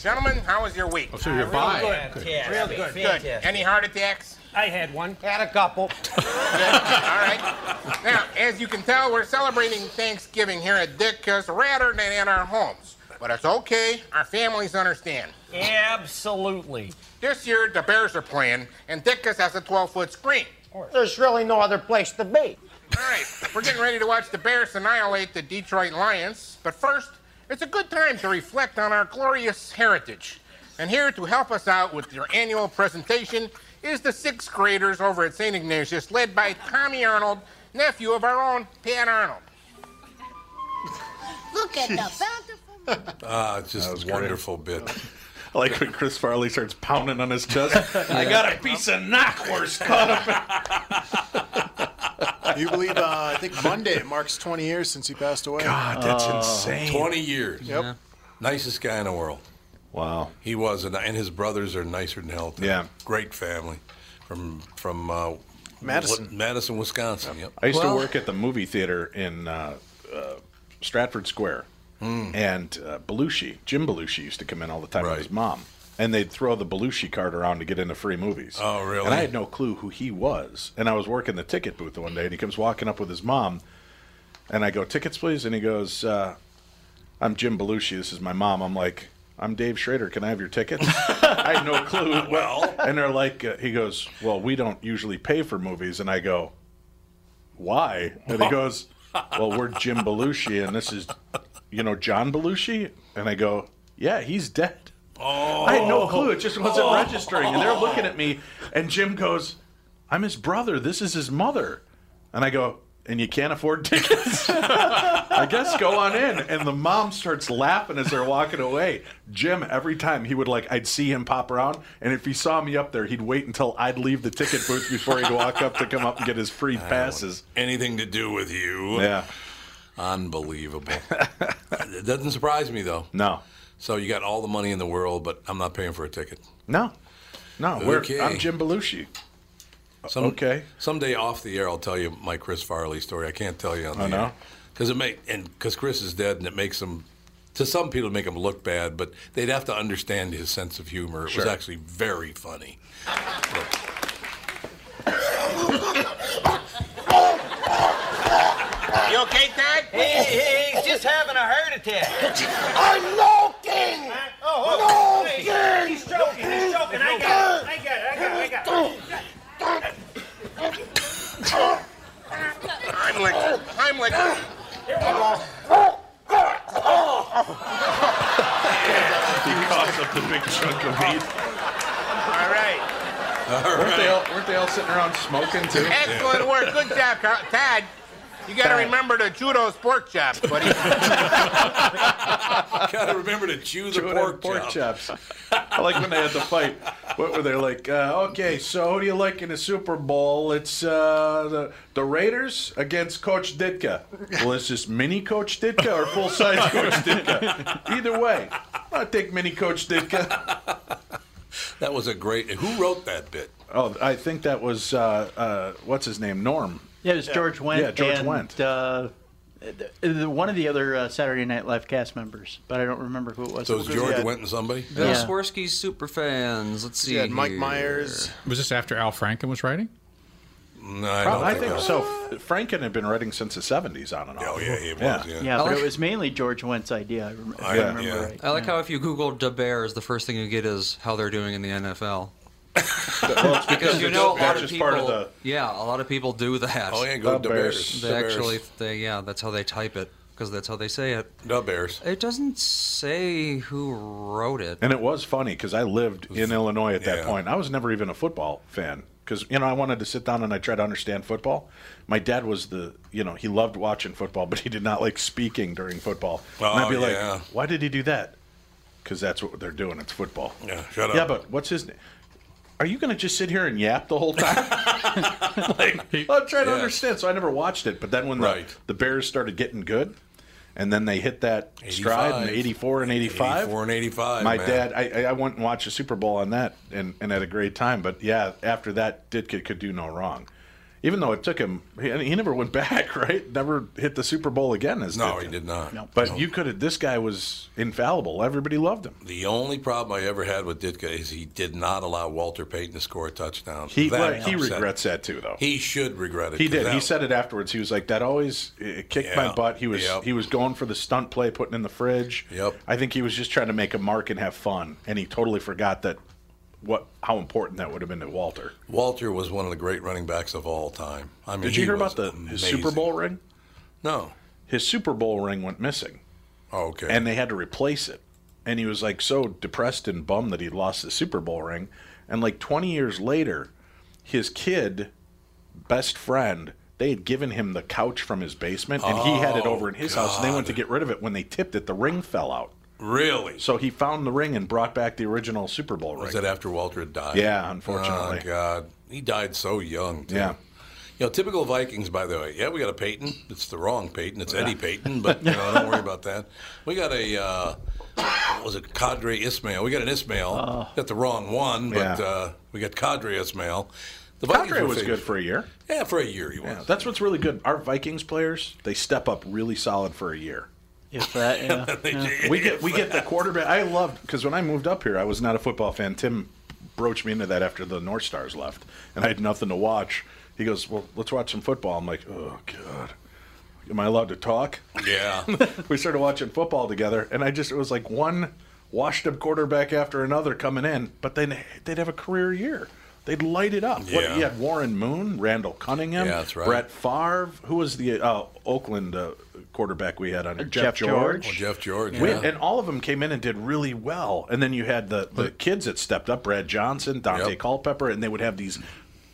Speaker 10: Gentlemen, how was your week?
Speaker 5: Oh, so you're Uh, real bi. good.
Speaker 10: Good.
Speaker 5: Fantastic.
Speaker 10: Real good. Good.
Speaker 5: Fantastic.
Speaker 10: Any heart attacks? I had one. Had a couple. <laughs> All right. Now, as you can tell, we're celebrating Thanksgiving here at Ditka's rather than in our homes. But it's okay. Our families understand. Absolutely. This year, the Bears are playing, and Ditka's has a 12-foot screen. <laughs> There's really no other place to be. All right, we're getting ready to watch the Bears annihilate the Detroit Lions. But first, it's a good time to reflect on our glorious heritage. And here to help us out with your annual presentation is the sixth graders over at St. Ignatius, led by Tommy Arnold, nephew of our own Pat Arnold.
Speaker 11: Look at the fountain.
Speaker 1: Ah, it's just a wonderful bit.
Speaker 2: I like when Chris Farley starts pounding on his
Speaker 4: <laughs>
Speaker 2: chest. I got a piece of knockwurst caught up.
Speaker 8: <laughs> you believe? Uh, I think Monday it marks 20 years since he passed away.
Speaker 2: God, that's Oh. insane.
Speaker 1: 20 years.
Speaker 8: Yep. Yeah.
Speaker 1: Nicest guy in the world.
Speaker 2: Wow.
Speaker 1: He was, and, and his brothers are nicer than hell. too.
Speaker 2: Yeah.
Speaker 1: Great family from from uh,
Speaker 2: Madison.
Speaker 1: Wa- Madison, Wisconsin. Yep.
Speaker 2: I used to work at the movie theater in uh, uh, Stratford Square,
Speaker 4: Hmm.
Speaker 2: and uh, Belushi, Jim Belushi, used to come in all the time with his mom, and they'd throw the Belushi card around to get into free movies.
Speaker 1: Oh, really?
Speaker 2: And I had no clue who he was, and I was working the ticket booth one day, and he comes walking up with his mom, and I go, "Tickets, please," and he goes, uh, "I'm Jim Belushi. This is my mom." I'm like. I'm Dave Schrader. Can I have your tickets? I had no clue. Well, and they're like, uh, he goes, "Well, we don't usually pay for movies," and I go, why? And he goes, well, we're Jim Belushi, and this is, you know, John Belushi. And I go, yeah, he's dead.
Speaker 1: Oh.
Speaker 2: I had no clue. It just wasn't registering. And they're looking at me, and Jim goes, I'm his brother. This is his mother. And I go, and you can't afford tickets? I guess go on in. And the mom starts laughing as they're walking away. Jim, every time he would like, I'd see him pop around, and if he saw me up there, he'd wait until I'd leave the ticket booth before he'd walk up to come up and get his <laughs> free
Speaker 1: I don't
Speaker 2: passes.
Speaker 1: want Anything to do with you?
Speaker 2: Yeah. <laughs>
Speaker 1: Unbelievable. it doesn't surprise me though.
Speaker 2: No.
Speaker 1: So you got all the money in the world, but I'm not paying for a ticket.
Speaker 2: No, no. we're-
Speaker 1: Okay.
Speaker 2: I'm Jim Belushi.
Speaker 1: Some,
Speaker 2: okay.
Speaker 1: Someday off the air, I'll tell you my Chris Farley story. I can't tell you on the
Speaker 2: Oh, no?
Speaker 1: because it may and because Chris is dead, and it makes him to some people it make him look bad, but they'd have to understand his sense of humor. It
Speaker 2: Sure.
Speaker 1: was actually very funny. <laughs>
Speaker 10: You okay, Dad?
Speaker 12: He, he- he's just having a heart attack.
Speaker 10: I'm looking!
Speaker 12: oh,
Speaker 10: Looking!
Speaker 12: hey, he's joking, he's joking. I got it, I got it, I got it, I got it.
Speaker 10: I'm licked. I'm licked.
Speaker 2: He coughs up the big chunk of meat.
Speaker 10: All right.
Speaker 2: weren't, they all, weren't they all sitting around smoking too?
Speaker 10: <laughs> Excellent work. Good job, Carl. Tad. You got to
Speaker 2: Tad.
Speaker 10: remember the judo pork chop, buddy.
Speaker 1: Gotta remember to chew the
Speaker 2: Chewing
Speaker 1: pork,
Speaker 2: on pork
Speaker 1: chop.
Speaker 2: chops. I like when they had the fight. What were they like? Uh, okay, so who do you like in the Super Bowl? It's uh, the, the Raiders against Coach Ditka. Well, is this mini Coach Ditka or full size Coach Ditka? Either way, I take mini Coach Ditka.
Speaker 1: That was a great. Who wrote that bit?
Speaker 2: Oh, I think that was uh, uh, what's his name, Norm.
Speaker 4: Yeah, it was George Wendt.
Speaker 2: Yeah, George
Speaker 4: and,
Speaker 2: Wendt.
Speaker 4: Uh, the, the, one of the other uh, Saturday Night Live cast members, but I don't remember who it was.
Speaker 1: So it was George Wendt and somebody?
Speaker 7: Bill
Speaker 4: Yeah.
Speaker 7: Swirsky's super fans. Let's see.
Speaker 8: He had Mike
Speaker 7: here.
Speaker 8: Myers.
Speaker 5: Was this after Al Franken was writing?
Speaker 1: No, I
Speaker 2: Prob-
Speaker 1: don't
Speaker 2: I
Speaker 1: think
Speaker 2: think
Speaker 1: that-
Speaker 2: so. Franken had been writing since the 70s on and off. Oh, yeah, he
Speaker 4: yeah,
Speaker 7: Oh,
Speaker 4: but it was mainly George Wendt's idea. I, rem- if I remember right.
Speaker 7: I like how if you Google the Bears, the first thing you get is how they're doing in the NFL.
Speaker 2: <laughs> it's because
Speaker 7: because you
Speaker 2: it's-
Speaker 7: know a
Speaker 2: that's
Speaker 7: lot of
Speaker 2: just
Speaker 7: people.
Speaker 2: part of the-
Speaker 7: yeah, a lot of people do that.
Speaker 2: Oh, yeah, go The Bears.
Speaker 7: They
Speaker 2: The Bears.
Speaker 7: actually, they yeah, that's how they type it because that's how they say it.
Speaker 1: The Bears.
Speaker 7: It doesn't say who wrote it.
Speaker 2: And it was funny because I lived in Illinois at that point. I was never even a football fan because you know I wanted to sit down and I tried to understand football. My dad was the you know he loved watching football, <laughs> but he did not like speaking during football. and
Speaker 1: Oh,
Speaker 2: I'd be
Speaker 1: yeah.
Speaker 2: like, why did he do that? Because that's what they're doing. It's football.
Speaker 1: Yeah, shut up.
Speaker 2: Yeah, but what's his name? Are you going to just sit here and yap the whole time? <laughs>
Speaker 1: <laughs>
Speaker 2: like, I'm trying to
Speaker 1: Yeah.
Speaker 2: understand. So I never watched it. But then when
Speaker 1: Right.
Speaker 2: the, the Bears started getting good, and then they hit that stride in
Speaker 1: 85.
Speaker 2: '84 and '85.
Speaker 1: 84 and 85,
Speaker 2: My
Speaker 1: man.
Speaker 2: dad, I, I- I went and watched the Super Bowl on that, and, and had a great time. But yeah, after that, Ditka could do no wrong. Even though it took him, he, he never went <laughs> back, right? Never hit the Super Bowl again. As
Speaker 1: No,
Speaker 2: Ditka.
Speaker 1: he did not. Uh, No.
Speaker 2: But you could have. This guy was infallible. Everybody loved him.
Speaker 1: The only problem I ever had with Ditka is he did not allow Walter Payton to score a touchdown.
Speaker 2: He
Speaker 1: That
Speaker 2: well, he
Speaker 1: upset me.
Speaker 2: regrets that too, though.
Speaker 1: He should regret it.
Speaker 2: He
Speaker 1: 'cause
Speaker 2: did.
Speaker 1: that-
Speaker 2: He said it afterwards. He was like, "That always it kicked my
Speaker 1: Yeah.
Speaker 2: butt." He was
Speaker 1: Yep.
Speaker 2: he was going for the stunt play, putting in the fridge. Yep. I think he was just trying to make a mark and have fun, and he totally forgot that what how important that would have been to Walter.
Speaker 1: Walter was one of the great running backs of all time. I mean,
Speaker 2: Did you
Speaker 1: he
Speaker 2: hear
Speaker 1: was
Speaker 2: about the his
Speaker 1: amazing.
Speaker 2: Super Bowl ring?
Speaker 1: No,
Speaker 2: his Super Bowl ring went missing.
Speaker 1: Oh, okay.
Speaker 2: And they had to replace it, and he was like so depressed and bummed that he'd lost the Super Bowl ring. And like 20 years later, his kid best friend, they had given him the couch from his basement, and he had it
Speaker 1: Oh,
Speaker 2: over in his house. And they went to get rid of it. When they tipped it, the ring fell out.
Speaker 1: Really?
Speaker 2: So he found the ring and brought back the original Super Bowl ring.
Speaker 1: Was that after Walter had died?
Speaker 2: Yeah, unfortunately.
Speaker 1: Oh, God. He died so young, too.
Speaker 2: Yeah.
Speaker 1: You know, typical Vikings, by the way. Yeah, we got a Peyton. It's the wrong Peyton. It's Eddie
Speaker 2: Yeah.
Speaker 1: Peyton, but you
Speaker 2: <laughs>
Speaker 1: know, don't worry about that. We got a, uh, what was it, Cadre Ismail. We got an Ismail. got the wrong one, but
Speaker 2: Oh. Yeah.
Speaker 1: uh, we got Cadre Ismail. The
Speaker 2: Cadre
Speaker 1: were
Speaker 2: was
Speaker 1: favored-
Speaker 2: good for a year.
Speaker 1: Yeah, for a year he was.
Speaker 2: Yeah, that's what's really good. Our Vikings players, they step up really solid for a year.
Speaker 4: If
Speaker 2: <laughs>
Speaker 4: that, yeah. yeah.
Speaker 2: we get we get the quarterback. I loved because when I moved up here, I was not a football fan. Tim broached me into that after the North Stars left, and I had nothing to watch. He goes, "Well, let's watch some football." I'm like, "Oh God, am I allowed to talk?" <laughs>
Speaker 1: Yeah.
Speaker 2: we started watching football together, and I just it was like one washed up quarterback after another coming in, but then they'd have a career year. They'd light it up. What-
Speaker 1: Yeah.
Speaker 2: you had Warren Moon, Randall Cunningham,
Speaker 1: Yeah, that's right.
Speaker 2: Brett Favre. Who was the uh, Oakland uh, quarterback we had on here?
Speaker 4: Jeff George.
Speaker 1: Oh, Jeff George,
Speaker 2: We-
Speaker 1: yeah.
Speaker 2: and all of them came in and did really well. And then you had the, the kids that stepped up, Brad Johnson, Dante Culpepper, and they would have these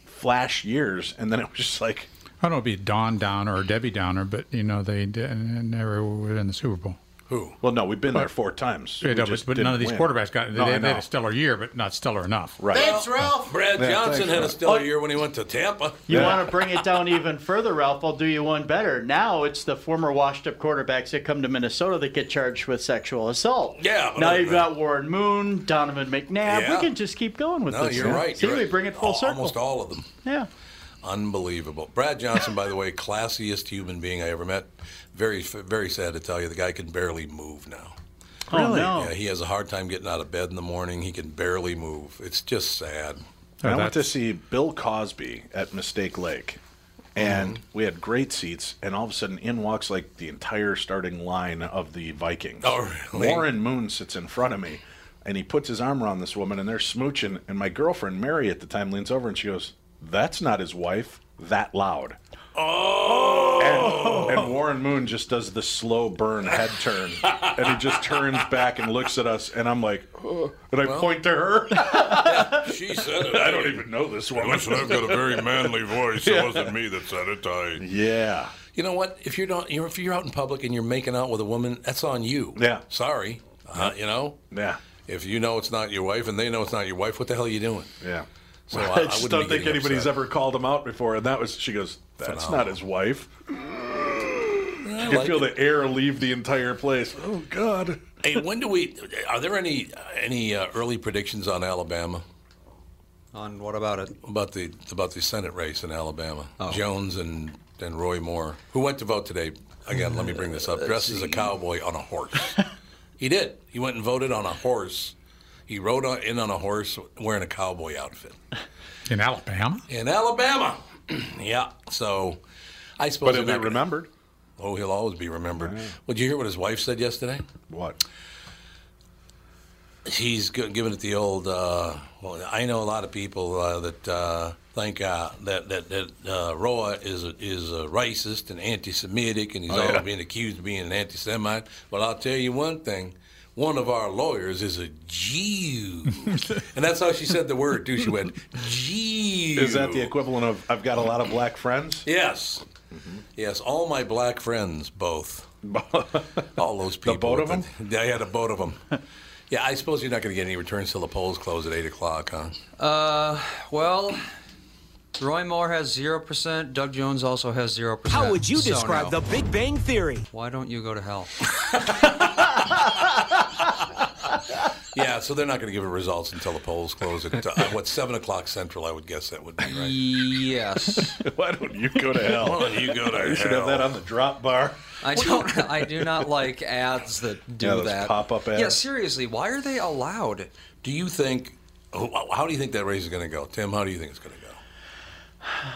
Speaker 2: flash years. And then it was just like,
Speaker 5: I don't know if it'd be Don Downer or Debbie Downer, but you know they didn't, never were in the Super Bowl.
Speaker 1: Who?
Speaker 2: Well, no, we've been there four times.
Speaker 5: Yeah,
Speaker 2: We
Speaker 5: no, but,
Speaker 2: just
Speaker 5: but
Speaker 2: didn't
Speaker 5: none of these
Speaker 2: win.
Speaker 5: quarterbacks got. They,
Speaker 2: No, I
Speaker 5: they
Speaker 2: know.
Speaker 5: had a stellar year, but not stellar enough.
Speaker 2: Right.
Speaker 1: Thanks, Ralph. Brad
Speaker 2: Yeah,
Speaker 1: Johnson
Speaker 2: thanks,
Speaker 1: had a
Speaker 2: Ralph.
Speaker 1: stellar year when he went to Tampa.
Speaker 4: Oh. You want to bring it down even further, Ralph? I'll do you one better. Now it's the former washed-up quarterbacks that come to Minnesota that get charged with sexual assault.
Speaker 1: Yeah, but
Speaker 4: Now
Speaker 1: other
Speaker 4: you've
Speaker 1: than that-
Speaker 4: got Warren Moon, Donovan McNabb.
Speaker 1: Yeah.
Speaker 4: We can just keep going with
Speaker 1: No,
Speaker 4: this.
Speaker 1: you're
Speaker 4: now.
Speaker 1: right.
Speaker 4: See,
Speaker 1: you're
Speaker 4: we
Speaker 1: right.
Speaker 4: bring it full
Speaker 1: Al-
Speaker 4: circle.
Speaker 1: Almost all of them.
Speaker 4: Yeah.
Speaker 1: Unbelievable. Brad Johnson, by the way, classiest human being I ever met. Very, very sad to tell you, the guy can barely move now.
Speaker 4: Oh, Really? no.
Speaker 1: Yeah, he has a hard time getting out of bed in the morning. He can barely move. It's just sad.
Speaker 4: Oh,
Speaker 2: And I went to see Bill Cosby at Mistake Lake, and
Speaker 1: Mm-hmm.
Speaker 2: we had great seats. And all of a sudden, in walks like the entire starting line of the Vikings.
Speaker 1: Oh, really?
Speaker 2: Warren Moon sits in front of me, and he puts his arm around this woman, and they're smooching. And my girlfriend Mary at the time leans over, and she goes, "That's not his wife. That loud." Oh. And, and Warren Moon just does the slow burn head turn, and he just turns back and looks at us, and I'm like, "Oh," and I
Speaker 1: Well.
Speaker 2: point to
Speaker 1: <laughs>
Speaker 2: her.
Speaker 1: She said it.
Speaker 2: I don't even know this woman.
Speaker 11: Listen, I've got a
Speaker 2: <laughs>
Speaker 11: very manly voice. It wasn't me that said it. I.
Speaker 2: Yeah.
Speaker 1: You know what? If you're not, you're, if you're out in public and you're making out with a woman, that's on you.
Speaker 2: Yeah.
Speaker 1: Sorry. Uh, you know.
Speaker 2: Yeah.
Speaker 1: If you know it's not your wife and they know it's not your wife, what the hell are you doing?
Speaker 2: Yeah. <laughs>
Speaker 1: So
Speaker 2: I,
Speaker 1: I, I
Speaker 2: just
Speaker 1: wouldn't
Speaker 2: don't think
Speaker 1: be getting
Speaker 2: anybody's
Speaker 1: upset.
Speaker 2: ever called him out before, and that was she goes, "That's
Speaker 1: Phenomenal.
Speaker 2: not his wife."
Speaker 1: I
Speaker 2: you can
Speaker 1: like
Speaker 2: feel
Speaker 1: it.
Speaker 2: the air leave the entire place. Oh God!
Speaker 1: hey, when do we? Are there any any uh, early predictions on Alabama?
Speaker 7: On what about it? Oh.
Speaker 1: About the about the Senate race in Alabama. Jones and and Roy Moore, who went to vote today. Again, let me bring this
Speaker 7: Uh,
Speaker 1: up. Dressed as a cowboy on a horse. <laughs> he did. He went and voted on a horse. He rode on, in on a horse wearing a cowboy outfit
Speaker 5: In Alabama,
Speaker 1: in Alabama. <clears throat> yeah. So I suppose.
Speaker 2: he'll
Speaker 1: we're
Speaker 2: be
Speaker 1: not gonna-
Speaker 2: remembered.
Speaker 1: Oh, he'll always be remembered. Well, did you hear what his wife said yesterday?
Speaker 2: What?
Speaker 1: She's gi- giving it the old. Uh, well, I know a lot of people uh, that uh, think uh, that that that uh, Roa is a, is a racist and anti-Semitic, and he's
Speaker 2: Oh,
Speaker 1: always
Speaker 2: yeah.
Speaker 1: being accused of being an anti-Semite. But I'll tell you one thing: one of our lawyers is a Jew, and that's how she said the word too. She went, "Jew."
Speaker 2: Is that the equivalent of I've got a lot of black friends?
Speaker 1: Yes. Yes, all my black friends,
Speaker 2: <laughs>
Speaker 1: both. all those people. The boat of them? Yeah, yeah, the boat of them. yeah, I suppose you're not going to get any returns till the polls close at 8 o'clock, huh?
Speaker 7: Uh, well, Roy Moore has zero percent. Doug Jones also has zero percent.
Speaker 13: How would you describe the Big Bang Theory?
Speaker 7: Why don't you go to hell?
Speaker 1: Yeah, so they're not going to give it results until the polls close at, uh, what, 7 o'clock Central, I would guess that would be, right?
Speaker 7: Yes.
Speaker 2: <laughs> Why don't you go to hell?
Speaker 1: Why don't you go to
Speaker 2: You should have
Speaker 1: hell?
Speaker 2: that on the drop bar.
Speaker 7: I don't. <laughs> I do not like ads that do
Speaker 2: Yeah, those
Speaker 7: that.
Speaker 2: pop-up
Speaker 7: Yeah,
Speaker 2: ads.
Speaker 7: seriously, why are they allowed?
Speaker 1: Do you think, who- how do you think that race is going to go? Tim, how do you think it's going to go?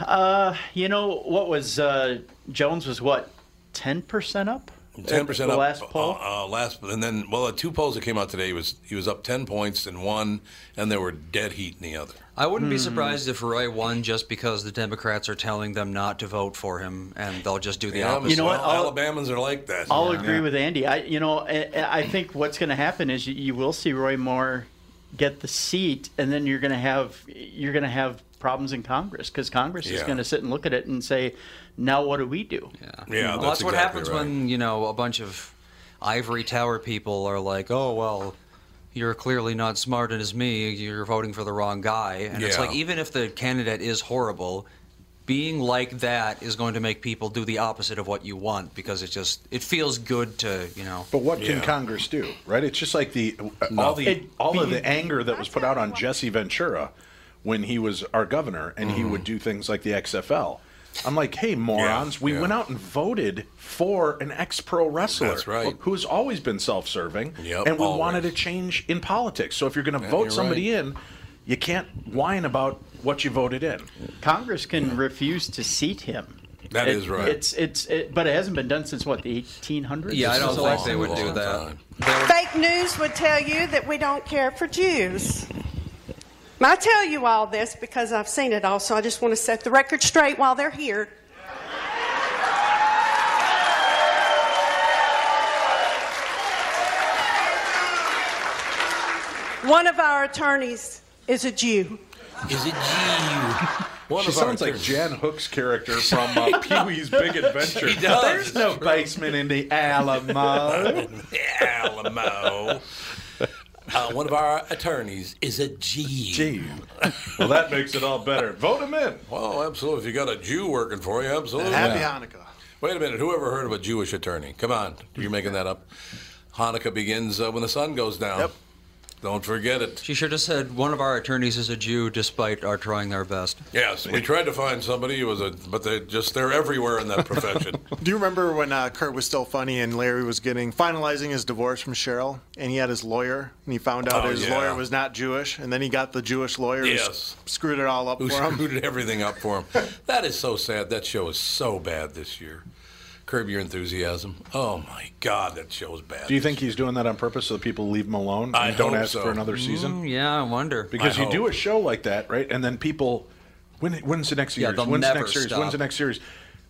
Speaker 4: Uh, you know what was uh, Jones was what ten percent up?
Speaker 1: Ten percent
Speaker 4: The
Speaker 1: up.
Speaker 4: Last poll.
Speaker 1: Uh, uh, last, and then well, the two polls that came out today he was he was up ten points in one, and there were dead heat in the other.
Speaker 7: I wouldn't be
Speaker 1: Hmm.
Speaker 7: surprised if Roy won just because the Democrats are telling them not to vote for him, and they'll just do the
Speaker 1: Yeah,
Speaker 7: opposite.
Speaker 1: You know what? Well, I'll- Alabamans are like that.
Speaker 4: I'll
Speaker 7: Yeah.
Speaker 4: agree
Speaker 7: Yeah.
Speaker 4: with Andy. I, you know, I, I think what's going to happen is you, you will see Roy Moore get the seat, and then you're going to have you're going to have problems in Congress because Congress is
Speaker 7: Yeah.
Speaker 4: going to sit and look at it and say, now what do we do?
Speaker 7: well, that's, what happens when you know a bunch of ivory tower people are like, "Oh well, you're clearly not smart as me. You're voting for the wrong guy." And it's
Speaker 1: Yeah.
Speaker 7: like, even if the candidate is horrible, being like that is going to make people do the opposite of what you want because it just it feels good to you know.
Speaker 2: But what can
Speaker 7: Yeah.
Speaker 2: Congress do, right? It's just like the uh, all the
Speaker 7: It'd
Speaker 2: all of
Speaker 7: be-
Speaker 2: the anger that was put out on Jesse Ventura when he was our governor, and he
Speaker 1: Mm-hmm.
Speaker 2: would do things like the XFL. I'm like, hey, morons, we went out and voted for an ex-pro wrestler
Speaker 1: That's right.
Speaker 2: who's always been self-serving,
Speaker 1: Yep,
Speaker 2: and we
Speaker 1: always.
Speaker 2: wanted a change in politics. So if you're going to
Speaker 1: Yeah,
Speaker 2: vote
Speaker 1: you're
Speaker 2: somebody in, you can't whine about what you voted in.
Speaker 4: Congress can refuse to seat him.
Speaker 2: That
Speaker 4: That
Speaker 2: is
Speaker 4: is
Speaker 2: right.
Speaker 4: It's it's it, but it hasn't been done since what the 1800s.
Speaker 7: Yeah, I
Speaker 4: Since
Speaker 7: don't
Speaker 4: the
Speaker 7: think
Speaker 4: last
Speaker 7: they would do
Speaker 4: election.
Speaker 7: that.
Speaker 14: Fake news would tell you that we don't care for Jews. And I tell you all this because I've seen it all, so I just want to set the record straight while they're here. One of our attorneys is a Jew.
Speaker 1: Is
Speaker 2: <laughs>
Speaker 1: it Jew? One
Speaker 2: she
Speaker 1: of our
Speaker 2: sounds like
Speaker 1: attorneys-
Speaker 2: Jan Hook's character from
Speaker 1: <laughs>
Speaker 2: uh, Pee Wee's Big Adventure.
Speaker 1: She does.
Speaker 2: There's no basement in the Alamo.
Speaker 1: Alamo. Uh, one of our attorneys is a Jew.
Speaker 2: Well, that makes it all better. Vote him in.
Speaker 1: Well, absolutely. If you got a Jew working for you, absolutely.
Speaker 8: Happy
Speaker 1: Hanukkah. Wait a minute. Who ever heard of a Jewish attorney? Come on. You're making that up. Hanukkah begins uh, when the sun goes down. Yep. Don't forget it.
Speaker 7: She should have said one of our attorneys is a Jew, despite our trying their best.
Speaker 1: Yes, we tried to find somebody who was a, but they just they're everywhere in that profession.
Speaker 8: <laughs> Do you remember when uh, Kurt was still funny and Larry was getting finalizing his divorce from Cheryl, and he had his lawyer, and he found out
Speaker 1: Oh,
Speaker 8: his
Speaker 1: yeah.
Speaker 8: lawyer was not Jewish, and then he got the Jewish lawyer who
Speaker 1: Yes.
Speaker 8: s- screwed it all up
Speaker 1: who
Speaker 8: for him.
Speaker 1: screwed everything up for him. That is so sad. That show is so bad this year. Curb your enthusiasm. Oh my God, that show is bad.
Speaker 2: Do you think he's doing that on purpose so that people leave him alone and
Speaker 1: I
Speaker 2: don't
Speaker 1: hope
Speaker 2: ask
Speaker 1: so.
Speaker 2: for another season?
Speaker 7: Mm, yeah, I wonder
Speaker 2: Because
Speaker 7: I
Speaker 2: you do
Speaker 7: hope.
Speaker 2: a show like that, right? And then people, when, when's the next
Speaker 7: Yeah,
Speaker 2: series?
Speaker 7: they'll
Speaker 2: when's the
Speaker 7: never
Speaker 2: next series?
Speaker 7: stop.
Speaker 2: When's the next series?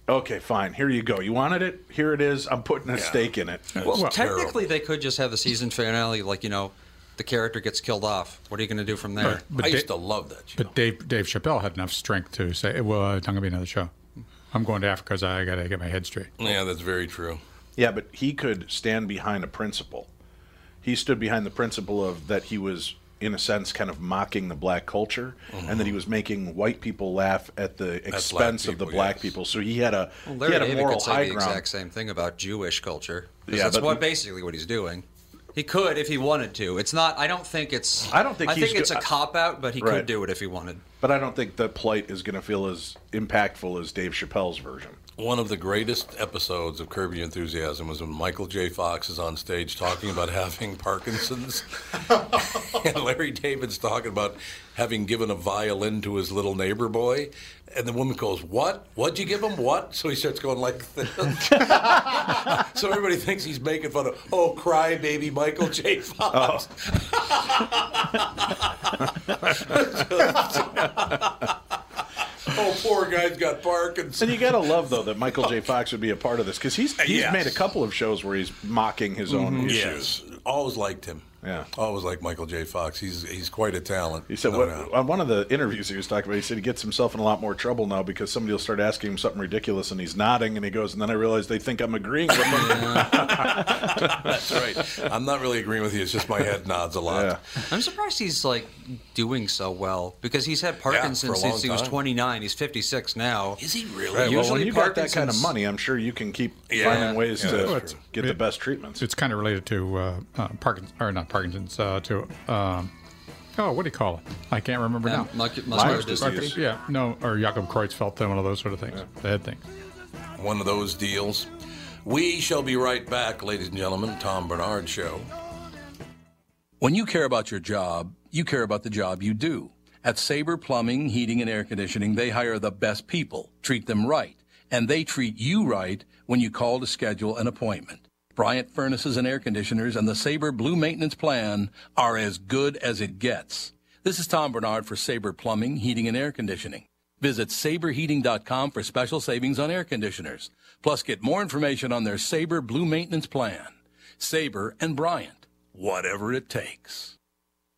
Speaker 2: Okay, fine. Here you go. You wanted it? Here it is. I'm putting a stake in it.
Speaker 7: Well, technically, they could just have the season finale, like you know, the character gets killed off. What are you going to do from there?
Speaker 5: But- but I used Da- to
Speaker 1: love that.
Speaker 5: But Dave Dave Chappelle had enough strength to say, "Well, it's not going to be another show. I'm going to Africa because I got to get my head straight."
Speaker 1: Yeah, that's very true.
Speaker 2: Yeah, but he could stand behind a principle. He stood behind the principle of that he was, in a sense, kind of mocking the black culture, and
Speaker 1: Mm-hmm.
Speaker 2: that he was making white people laugh at the
Speaker 7: black
Speaker 2: expense of the
Speaker 7: people,
Speaker 2: black people. So he had a
Speaker 7: Well,
Speaker 2: he
Speaker 7: Larry
Speaker 2: had a
Speaker 7: David
Speaker 2: moral
Speaker 7: could say
Speaker 2: high
Speaker 7: the
Speaker 2: ground.
Speaker 7: exact same thing about Jewish culture. 'cause
Speaker 2: Yeah,
Speaker 7: that's
Speaker 2: but-
Speaker 7: what basically what he's doing. He could if he wanted to. It's not. I don't think it's.
Speaker 2: I don't think
Speaker 7: I
Speaker 2: he's
Speaker 7: think it's
Speaker 2: go-
Speaker 7: a cop out, but he
Speaker 2: Right.
Speaker 7: could do it if he wanted.
Speaker 2: but I don't think the plight is going to feel as impactful as Dave Chappelle's version.
Speaker 1: One of the greatest episodes of Curb Your Enthusiasm was when Michael J. Fox is on stage talking about having Parkinson's. <laughs> and Larry David's talking about having given a violin to his little neighbor boy. And the woman goes, What? What'd you give him? What? So he starts going like this. <laughs> so everybody thinks he's making fun of, Oh, cry baby Michael J. Fox. <laughs> <laughs> oh, poor guy's got Parkinson's. Oh.
Speaker 2: And you gotta love though that Michael
Speaker 1: <laughs>
Speaker 2: J. Fox would be a part of this because he's he's
Speaker 1: Yes.
Speaker 2: made a couple of shows where he's mocking his own
Speaker 1: Mhm.
Speaker 2: issues.
Speaker 1: Yes. Always liked him.
Speaker 2: Yeah.
Speaker 1: Always liked Michael J. Fox. He's he's quite a talent.
Speaker 2: He said
Speaker 1: Oh, no
Speaker 2: what, <laughs>
Speaker 1: doubt.
Speaker 2: on one of the interviews he was talking about. He said he gets himself in a lot more trouble now because somebody will start asking him something ridiculous and he's nodding and he goes and then I realize they think I'm agreeing with them. <laughs>
Speaker 1: That's right. I'm not really agreeing with you. It's just <laughs> my head nods a lot.
Speaker 7: I'm surprised he's like doing so well because he's had Parkinson's
Speaker 1: for a long
Speaker 7: since he was
Speaker 1: time.
Speaker 7: 29. He's 56 now. Is
Speaker 1: he really?
Speaker 2: Right, well, when you got that kind of money, I'm sure you can keep finding ways
Speaker 5: Well,
Speaker 2: to
Speaker 5: it's-
Speaker 2: get the best treatments.
Speaker 5: It's kind of related to uh, uh, Parkinson's, or not Parkinson's, uh, to, um, oh, what do you call it? I can't remember
Speaker 7: Yeah,
Speaker 5: now.
Speaker 7: muscu- muscular
Speaker 5: Myers-
Speaker 7: dystrophy.
Speaker 5: Yeah, no, or Jakob Creutzfeldt, one of those sort of things, the head thing.
Speaker 1: One of those deals. We shall be right back, ladies and gentlemen. Tom Bernard Show. When you care about your job, you care about the job you do. At Sabre Plumbing, Heating, and Air Conditioning, they hire the best people, treat them right, and they treat you right when you call to schedule an appointment. Bryant Furnaces and Air Conditioners and the Sabre Blue Maintenance Plan are as good as it gets. This is Tom Bernard for Sabre Plumbing, Heating, and Air Conditioning. Visit saberheating.com for special savings on air conditioners. Plus, get more information on their Sabre Blue Maintenance Plan. Sabre and Bryant, whatever it takes.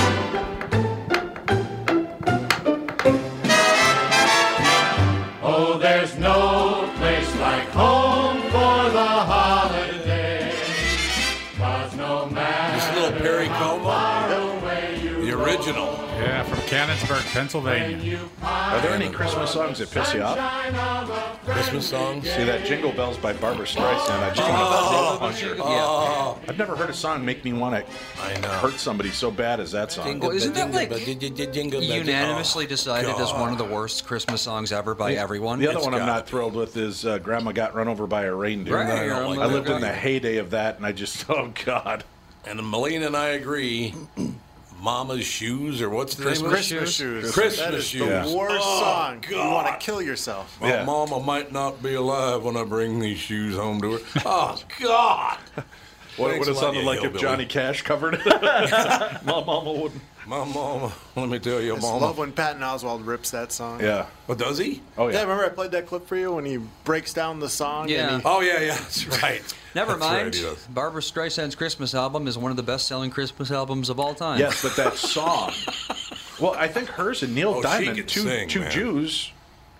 Speaker 15: <laughs> Oh, there's no place like home for the holiday. But no matter
Speaker 1: This little Perry
Speaker 15: Como, the
Speaker 1: original.
Speaker 5: Yeah, from Cannonsburg, Pennsylvania.
Speaker 2: Are there any Christmas songs that piss you off?
Speaker 1: Christmas songs?
Speaker 2: See that Jingle Bells by Barbara Streisand. I just
Speaker 1: Oh.
Speaker 2: want to punch her.
Speaker 1: Oh.
Speaker 2: I've never heard a song make me want
Speaker 1: to
Speaker 2: hurt somebody so bad as that song.
Speaker 7: Well, isn't that like unanimously
Speaker 2: Oh,
Speaker 7: decided as one of the
Speaker 2: God.
Speaker 7: worst Christmas songs ever by
Speaker 2: The-
Speaker 7: everyone?
Speaker 2: The other one I'm not thrilled with is uh, Grandma Got Run Over by a Reindeer.
Speaker 7: Right,
Speaker 2: I,
Speaker 7: Grandma
Speaker 2: I lived
Speaker 7: Got-
Speaker 2: in the heyday of that, and I just, <laughs> oh, God.
Speaker 1: And Melina and I agree. Mama's shoes, or what's the name of it?
Speaker 8: Christmas shoes.
Speaker 1: Christmas
Speaker 8: that is
Speaker 1: shoes.
Speaker 8: the worst
Speaker 1: Oh,
Speaker 8: song. You
Speaker 1: God. Oh,
Speaker 8: want to kill yourself.
Speaker 1: My mama might not be alive when I bring these shoes home to
Speaker 2: <laughs>
Speaker 1: her. Oh God!
Speaker 2: What it
Speaker 1: Thanks
Speaker 2: would have
Speaker 1: a lot,
Speaker 2: sounded
Speaker 1: you
Speaker 2: like if
Speaker 1: hillbilly.
Speaker 2: Johnny Cash covered it. My mama wouldn't.
Speaker 1: My mama. Let me tell you,
Speaker 8: I just
Speaker 1: mama.
Speaker 8: love when Patton Oswald rips that song.
Speaker 1: Yeah. Oh, does he? Oh
Speaker 8: yeah. Remember I played that clip for you when he breaks down the song. And he,
Speaker 1: Oh yeah, yeah. That's right.
Speaker 7: Never
Speaker 1: That's right,
Speaker 7: mind.
Speaker 1: he does.
Speaker 7: Barbara Streisand's Christmas album is one of the best selling Christmas albums of all time.
Speaker 2: Yes, but
Speaker 1: <laughs>
Speaker 2: that song. <laughs> well, I think hers and Neil
Speaker 7: Oh, she
Speaker 2: Diamond,
Speaker 7: could
Speaker 2: two,
Speaker 7: sing,
Speaker 2: two
Speaker 7: man.
Speaker 2: Jews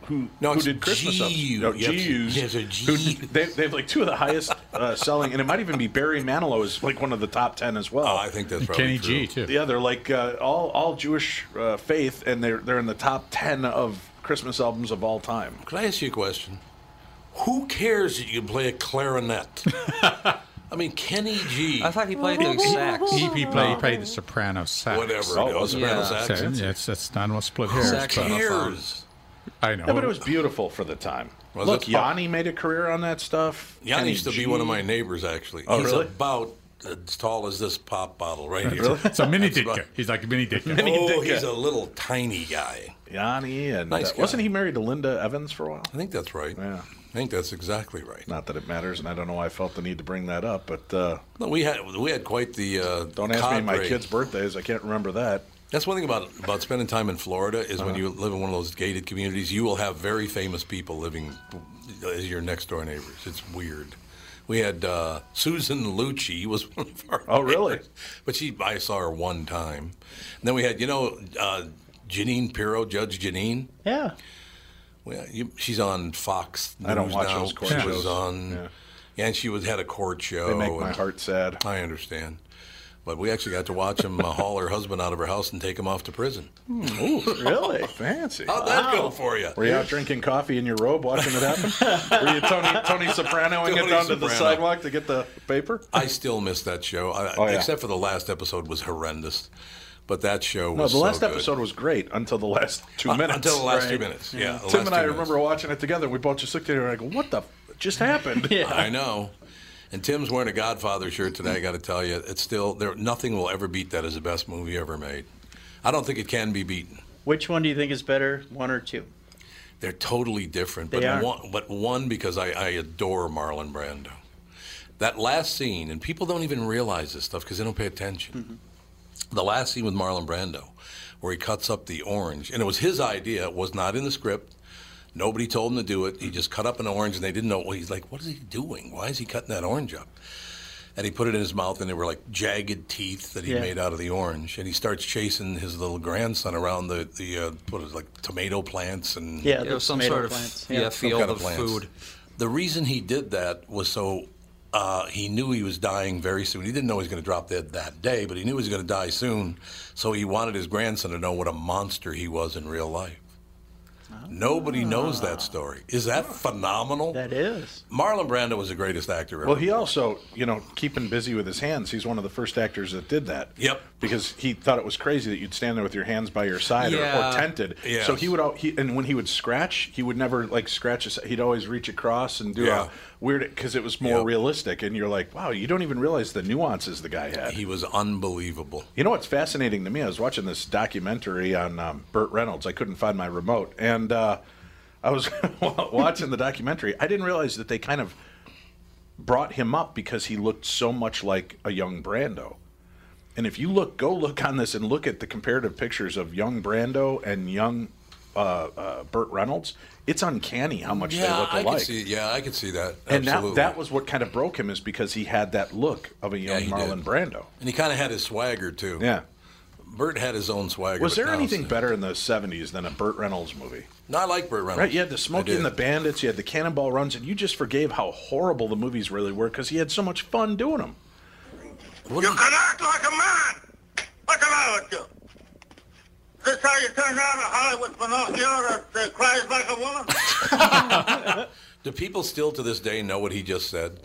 Speaker 2: who,
Speaker 1: No,
Speaker 2: who
Speaker 1: it's
Speaker 2: did Christmas
Speaker 1: G-U.
Speaker 2: up. No,
Speaker 1: Yep.
Speaker 2: G-U's,
Speaker 1: There's a
Speaker 2: who- they, they have like two of the highest uh, selling, and it might even be Barry Manilow is like one of the top ten as well. Oh, I
Speaker 1: think that's
Speaker 5: And probably Kenny true. G, too.
Speaker 2: Yeah, they're like uh, all all Jewish uh, faith, and they're they're in the top ten of Christmas albums of all time.
Speaker 1: Could I ask you a question? Who cares that you play
Speaker 2: <laughs>
Speaker 1: a clarinet? I mean, Kenny G. I
Speaker 7: thought he
Speaker 5: played
Speaker 7: the sax.
Speaker 5: He, he played, he played the soprano sax.
Speaker 1: Whatever. Oh, soprano sax.
Speaker 5: So, yeah, it's, it's not a split hairs.
Speaker 2: Sax
Speaker 5: but- uh,
Speaker 2: cares?
Speaker 5: I know.
Speaker 2: Yeah, but it was beautiful for the time.
Speaker 1: Was
Speaker 2: Look,
Speaker 1: it? Oh.
Speaker 2: Yanni made a career on that stuff.
Speaker 1: Yanni
Speaker 2: Kenny
Speaker 1: used to be
Speaker 2: G.
Speaker 1: one of my neighbors, actually.
Speaker 2: Oh,
Speaker 1: He's
Speaker 2: really?
Speaker 1: about as tall as this pop bottle right here.
Speaker 5: It's
Speaker 1: <laughs>
Speaker 5: a mini
Speaker 1: That's about-
Speaker 5: Ditka. He's like a mini Ditka.
Speaker 1: Oh, he's a little tiny guy.
Speaker 2: Yanni and
Speaker 1: Nice
Speaker 2: uh, wasn't
Speaker 1: guy.
Speaker 2: he married to Linda Evans for a while? I
Speaker 1: think that's right.
Speaker 2: Yeah,
Speaker 1: I think that's exactly right.
Speaker 2: Not that it matters, and I don't know why I felt the need to bring that up, but uh,
Speaker 1: No, we had we had quite the. Uh,
Speaker 2: don't ask me my
Speaker 1: cadre.
Speaker 2: kids' birthdays. I can't remember that.
Speaker 1: That's one thing about about spending time in Florida is when
Speaker 2: Uh-huh.
Speaker 1: you live in one of those gated communities, you will have very famous people living as your next door neighbors. It's weird. We had uh, Susan Lucci was <laughs> one of our. Oh, really? But she, I saw her one time. And then we had, you know, uh, Janine Pirro, Judge Janine.
Speaker 4: Yeah.
Speaker 1: Well, you, she's on Fox. News
Speaker 2: I don't watch
Speaker 1: now.
Speaker 2: those court
Speaker 1: she
Speaker 2: shows.
Speaker 1: was on,
Speaker 2: Yeah.
Speaker 1: yeah, and she was had a court show.
Speaker 2: They make my
Speaker 1: and-
Speaker 2: heart sad.
Speaker 1: I understand, but we actually got to watch him uh, haul her husband out of her house and take him off to prison.
Speaker 2: Hmm. Ooh, really? Fancy.
Speaker 1: How'd that go for you?
Speaker 2: Were you out drinking coffee in your robe watching it
Speaker 1: <laughs>
Speaker 2: happen? Were you Tony Tony Soprano and get
Speaker 1: Tony
Speaker 2: down to the
Speaker 1: Soprano.
Speaker 2: sidewalk to get the paper?
Speaker 1: I still miss that show, I,
Speaker 2: Oh, yeah.
Speaker 1: except for the last episode was horrendous. But that show
Speaker 2: No,
Speaker 1: was
Speaker 2: the last
Speaker 1: so good.
Speaker 2: episode was great until the last two
Speaker 1: Un-
Speaker 2: minutes.
Speaker 1: until the last two minutes, yeah, the last
Speaker 2: Tim
Speaker 1: two
Speaker 2: and I
Speaker 1: minutes.
Speaker 2: remember watching it together. We both just looked at it and I go, "What the f- just
Speaker 1: <laughs>
Speaker 2: happened?"
Speaker 1: I know. And Tim's wearing a Godfather shirt today. I got to tell you, it's still there. Nothing will ever beat that as the best movie ever made. I don't think it can be beaten.
Speaker 4: Which one do you think is better, one or two?
Speaker 1: They're totally different,
Speaker 4: They
Speaker 1: but
Speaker 4: are.
Speaker 1: one, but one because I, I adore Marlon Brando. That last scene, and people don't even realize this stuff because they don't pay attention.
Speaker 4: Mm-hmm.
Speaker 1: The last scene with Marlon Brando, where he cuts up the orange, and it was his idea. It was not in the script. Nobody told him to do it.
Speaker 4: Mm-hmm.
Speaker 1: He just cut up an orange, and they didn't know. Well, he's like, "What is he doing? Why is he cutting that orange up?" And he put it in his mouth, and they were like jagged teeth that he
Speaker 16: Yeah.
Speaker 1: made out of the orange. And he starts chasing his little grandson around the the uh, what is it, like tomato plants and
Speaker 7: Yeah, Yeah, the some tomato sort of- plants, yeah, yeah. field
Speaker 1: Some kind
Speaker 7: of
Speaker 1: plants.
Speaker 7: food.
Speaker 1: The reason he did that was so uh, he knew he was dying very soon. He didn't know he was going to drop dead that day, but he knew he was going to die soon. So he wanted his grandson to know what a monster he was in real life.
Speaker 2: Ah.
Speaker 1: Nobody knows that story. Is that phenomenal? That
Speaker 4: is.
Speaker 1: Marlon Brando was the greatest actor ever.
Speaker 2: Well, he also, you know, keeping busy with his hands. He's one of the first actors that did that.
Speaker 1: Yep.
Speaker 2: Because he thought it was crazy that you'd stand there with your hands by your side or- or,
Speaker 1: Yeah.
Speaker 2: tented.
Speaker 1: Yes.
Speaker 2: So he would, al- he, and when he would scratch, he would never like scratch. His, he'd always reach across and do
Speaker 1: Yeah.
Speaker 2: a weird because it was more realistic. And you're like, wow, you don't even realize the nuances the guy had.
Speaker 1: He was unbelievable.
Speaker 2: You know what's fascinating to me? I was watching this documentary on um, Burt Reynolds. I couldn't find my remote, and uh, I was <laughs> watching the documentary. I didn't realize that they kind of brought him up because he looked so much like a young Brando. And if you look, go look on this and look at the comparative pictures of young Brando and young uh, uh, Burt Reynolds. It's uncanny how much
Speaker 1: yeah,
Speaker 2: they look
Speaker 1: I
Speaker 2: alike.
Speaker 1: could see. Yeah, I could see that.
Speaker 2: and that,
Speaker 1: Absolutely.
Speaker 2: that was what kind of broke him is because he had that look of a young
Speaker 1: he
Speaker 2: Marlon
Speaker 1: did.
Speaker 2: Brando.
Speaker 1: and he kind of had his swagger too.
Speaker 2: Yeah.
Speaker 1: Burt had his own swagger.
Speaker 2: Was
Speaker 1: but
Speaker 2: there
Speaker 1: now-
Speaker 2: anything better in the '70s than a Burt Reynolds movie?
Speaker 1: No, I like Burt Reynolds.
Speaker 2: Right, you had
Speaker 1: I
Speaker 2: the Smokey and the
Speaker 1: did.
Speaker 2: Bandits, you had the Cannonball Runs, and you just forgave how horrible the movies really were because he had so much fun doing them.
Speaker 17: You can act like a man. What's the matter with you? This how you turn down a Hollywood Pinocchio that uh, cries like a woman?
Speaker 1: Do people still to this day know what he just said?